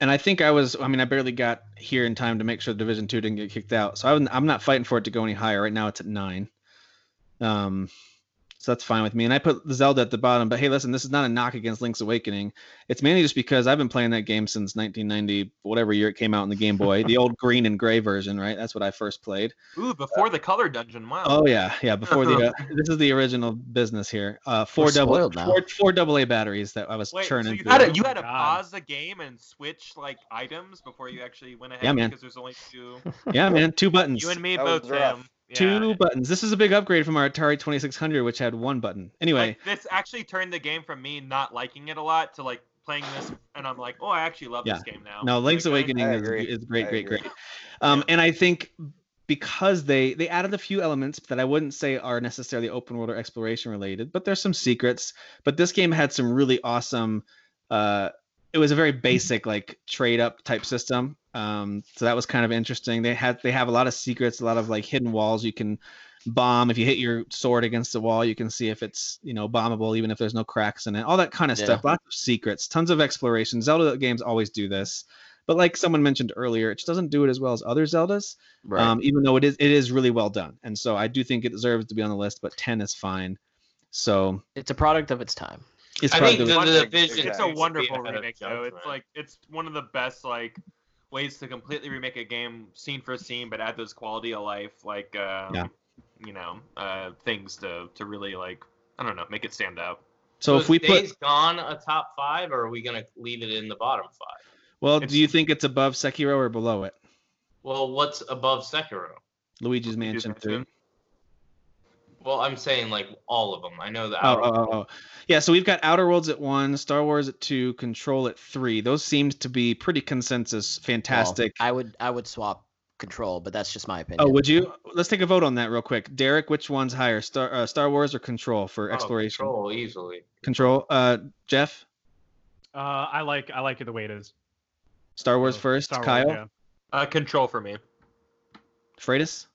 E: and I think I was. I mean, I barely got here in time to make sure Division Two didn't get kicked out. So I'm, I'm not fighting for it to go any higher. Right now, it's at nine. Um, so that's fine with me. And I put Zelda at the bottom. But hey, listen, this is not a knock against Link's Awakening. It's mainly just because I've been playing that game since 1990, whatever year it came out in the Game Boy, the old green and gray version, right? That's what I first played.
H: ooh, before the color dungeon, wow.
E: Oh yeah, yeah. Before the uh, this is the original business here. Uh, four
G: We're
E: double
G: spoiled now.
E: four, four double A batteries that I was
H: Wait, so
E: churning.
H: you
E: through.
H: had to, you had to
F: God.
H: pause the game and switch like items before you actually went ahead
E: Yeah, man.
H: because there's only two.
E: yeah, man, two buttons.
H: You and me
J: That was
H: both,
J: rough.
H: Sam. Yeah.
E: two buttons. This is a big upgrade from our Atari 2600, which had one button. Anyway,
H: Like, this actually turned the game from me not liking it a lot to like playing this, and I'm like, oh, I actually love this game now.
E: No, Link's
H: Like, I-
E: Awakening
J: I
E: is,
J: agree.
E: is great,
J: I
E: great,
J: agree.
E: great. Um, and I think because they they added a few elements that I wouldn't say are necessarily open world or exploration related, but there's some secrets. But this game had some really awesome. Uh, it was a very basic like trade up type system. Um, so that was kind of interesting. They had they have a lot of secrets, a lot of like hidden walls you can bomb. If you hit your sword against the wall, you can see if it's you know bombable, even if there's no cracks in it. All that kind of
G: Yeah.
E: stuff. Lots of secrets, tons of exploration. Zelda games always do this, but like someone mentioned earlier, it just doesn't do it as well as other Zeldas.
G: Right.
E: Um, even though it is it is really well done, and so I do think it deserves to be on the list. But ten is fine. So
G: it's a product of its time.
E: it's
I: I
E: probably
I: think
E: the-
I: the- the
H: Wondering-
I: division.
H: It's
I: needs to
H: a
I: be
H: wonderful
I: ahead of
H: remake, though. It's
I: Judgment.
H: like it's one of the best like ways to completely remake a game scene for scene, but add those quality of life like um,
E: Yeah.
H: you know uh, things to to really like I don't know make it stand out.
E: so if
I: is
E: we put
I: Days Gone a top five, or are we gonna leave it in the bottom five?
E: well,
H: it's-
E: do you think it's above Sekiro or below it?
I: Well, what's above Sekiro?
E: Luigi's Mansion Three.
I: Well, I'm saying like all of them. I know the
E: Oh,
I: outer-
E: oh, oh, oh. yeah. So we've got Outer Worlds at one, Star Wars at two, Control at three. Those seemed to be pretty consensus,
G: Well,
E: fantastic.
G: I would I would swap control, but that's just my opinion.
E: oh, would you? Let's take a vote on that real quick. Derek, which one's higher, Star uh, Star Wars or Control for
I: oh,
E: exploration? control.
I: Control easily.
E: Uh, Jeff,
F: Uh, I like I like it the way it is.
E: Star Wars
F: So,
E: first.
F: Oh, Star Wars,
E: Kyle,
F: yeah.
H: Uh, control for me.
E: Freitas,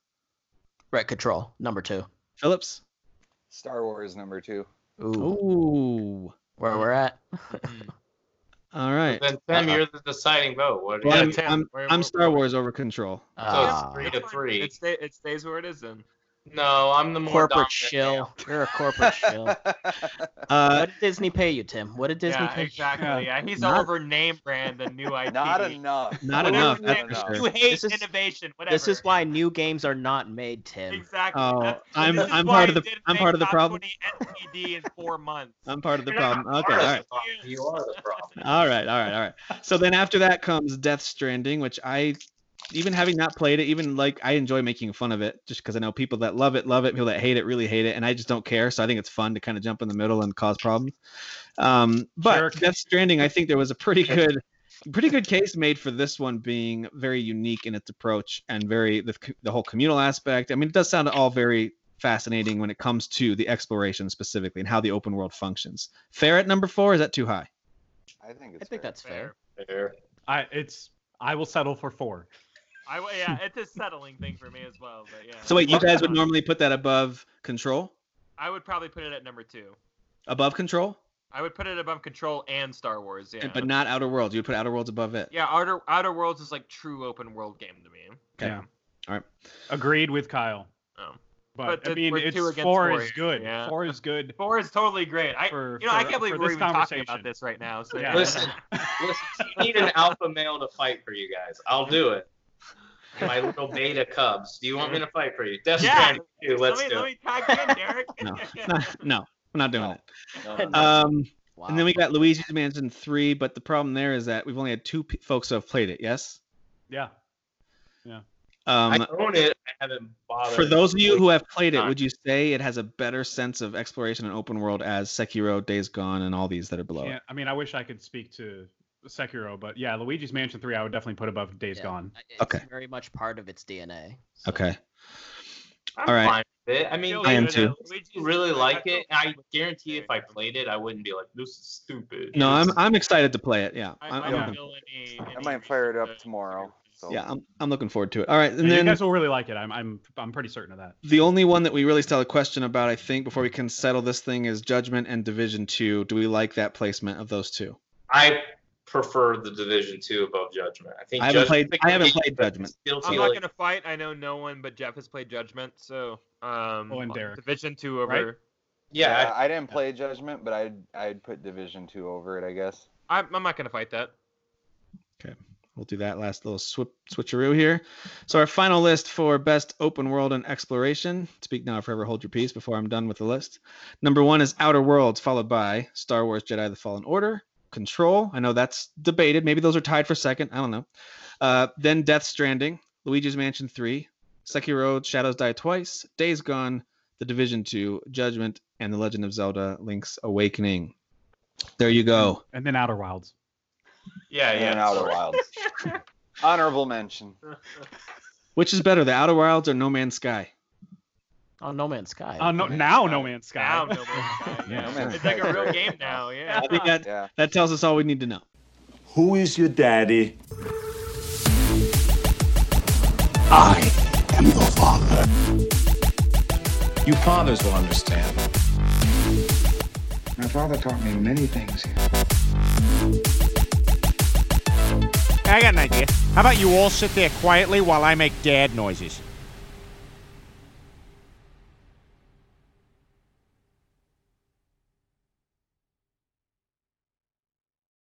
G: Right, control number two.
E: Phillips.
J: Star Wars number two.
G: Ooh,
E: Ooh.
G: where we're at.
E: All right.
I: Then Tim,
G: Uh-oh.
I: you're the deciding vote. What?
E: Uh-uh. Well,
I: yeah,
E: I'm,
I: Tim,
E: I'm,
I: where-
E: I'm
I: where-
E: Star Wars over Control.
G: Ah,
I: three to three.
H: It, stay, it stays where it is then.
I: No, I'm the more
G: corporate
I: dominant
G: shill.
I: male.
G: You're a corporate shill.
E: Uh,
G: What did Disney pay you, Tim? What did Disney
H: yeah,
G: pay?
H: exactly.
G: you?
H: Yeah, he's
E: Not-
H: all over name brand and new IP.
J: Not enough.
E: not
H: Whatever
E: enough.
H: you
E: That's
H: have
E: for
J: to
E: sure.
H: You hate
G: This is-
H: innovation. Whatever.
G: This is why new games are not made, Tim.
H: Exactly.
E: Oh,
H: That's-
E: I'm-
H: this is
E: I'm
H: why
E: part of
H: he
E: the-
H: didn't
E: I'm
H: make
E: part of the
H: top
E: problem.
H: 20 NPD in four months.
E: I'm part of the
I: You're not
E: problem. Okay. All
I: part
E: right.
I: of the problem. You are the problem.
E: All right. All right. All right. So then after that comes Death Stranding, which I, even having not played it, even like I enjoy making fun of it just because I know people that love it, love it, people that hate it, really hate it. And I just don't care. So I think it's fun to kind of jump in the middle and cause problems. Um, but
F: Jerk.
E: Death Stranding, I think there was a pretty good. Pretty good case made for this one being very unique in its approach and very the, c- the whole communal aspect. I mean, it does sound all very fascinating when it comes to the exploration specifically and how the open world functions. Fair at number four is that too high?
J: I think
G: I
J: it's
G: think
J: fair.
G: that's fair.
I: Fair.
F: I it's I will settle for four.
H: I, yeah, it's a settling thing for me as well. But yeah.
E: So wait, you guys would normally put that above control?
H: I would probably put it at number two.
E: Above control?
H: I would put it above Control and Star Wars. Yeah.
E: And- But not Outer Worlds. You would put Outer Worlds above it.
H: yeah, Outer, Outer Worlds is like true open world game to me.
E: Okay.
F: Yeah.
E: All right.
F: Agreed with Kyle.
H: Um,
F: But,
H: But
F: I
H: it-
F: mean,
H: we're
F: it's
H: two against
F: four,
H: four
F: is
H: here,
F: good.
H: yeah.
F: Four is good.
H: Four is totally great. I,
F: For,
H: you know, I
F: for-
H: can't believe
F: for
H: we're
F: this
H: even talking
F: conversation.
H: about this right now. So
F: Yeah.
I: Listen, listen, you need an alpha male to fight for you guys. I'll do it. My little beta cubs. Do you want me to fight for you? Death
H: Yeah.
I: Stranding too. Let's
H: let me
I: do
H: let
I: it.
H: me tag you in, Derek.
E: No. no, we're not doing
J: No.
E: it.
J: No, no, no.
G: uh,
E: Um,
G: Wow.
E: And then we got Luigi's Mansion 3, but the problem there is that we've only had two p- folks who have played it, yes?
F: Yeah.
E: Um,
I: I own it. I haven't bothered.
E: for those of you who have played it,
I: Not.
E: would you say it has a better sense of exploration and open world as Sekiro, Days Gone, and all these that are below
F: Can't- I mean, I wish I could speak to Sekiro, but yeah, Luigi's Mansion Three, I would definitely put above Days
G: Yeah.
F: Gone.
G: It's
E: Okay.
G: very much part of its DNA.
E: it?
G: so-
E: Okay.
I: I'm
E: All right.
I: fine with it. I mean,
E: I am
I: if
E: too.
I: you really like it. and I guarantee if I played it, I wouldn't be like, this is stupid.
E: No, I'm
I: It's-
E: I'm excited to play it. Yeah.
H: I,
E: I'm,
H: I,
E: I'm
H: don't
E: looking,
H: feel any,
J: I
H: any
J: might fire it
H: reason
J: up
H: to-
J: tomorrow. So.
E: yeah, I'm, I'm looking forward to it. All right. And
F: And
E: then
F: you guys will really like it. I'm I'm I'm pretty certain of that.
E: The only one that we really still have a question about, I think, before we can settle this thing is Judgment and Division 2. Do we like that placement of those two?
I: I prefer the Division Two above Judgment. I think
E: I haven't
I: Judgment-
E: played- I haven't played Judgment.
I: Still
H: I'm
I: feel
H: not
I: like-
H: gonna fight. I know no one but Jeff has played Judgment, so um.
F: Oh, and Derek.
H: Division two over.
I: yeah,
J: Uh, I, didn't play Judgment, but I'd I'd put Division Two over it, I guess.
H: I'm, I'm not gonna fight that.
E: We'll do that last little swi- switcheroo here. So, our final list for best open world and exploration. Speak now or forever hold your peace before I'm done with the list. Number one is Outer Worlds, followed by Star Wars Jedi The Fallen Order, Control. I know that's debated. Maybe those are tied for second. I don't know. Uh, then Death Stranding, Luigi's Mansion 3, Sekiro Shadows Die Twice, Days Gone, The Division 2, Judgment, and The Legend of Zelda Link's Awakening. There you go.
K: and then Outer Wilds.
I: Yeah,
J: and
I: yeah.
J: Outer Wilds. Honorable mention.
E: Which is better, the Outer Wilds or No Man's Sky?
G: Oh, No Man's Sky.
K: Uh, no,
J: Man's
K: now
J: Sky.
K: No Man's Sky.
I: Now, no man's sky.
J: No
I: Yeah.
J: Man's
I: It's
J: Sky
I: like
J: is
I: a real
J: great.
I: game now. Yeah.
E: I think that,
J: Yeah.
E: that tells us all we need to know.
D: Who is your daddy? I am the father.
L: You fathers will understand.
C: My father taught me many things here.
F: I got an idea. How about you all sit there quietly while I make dad noises?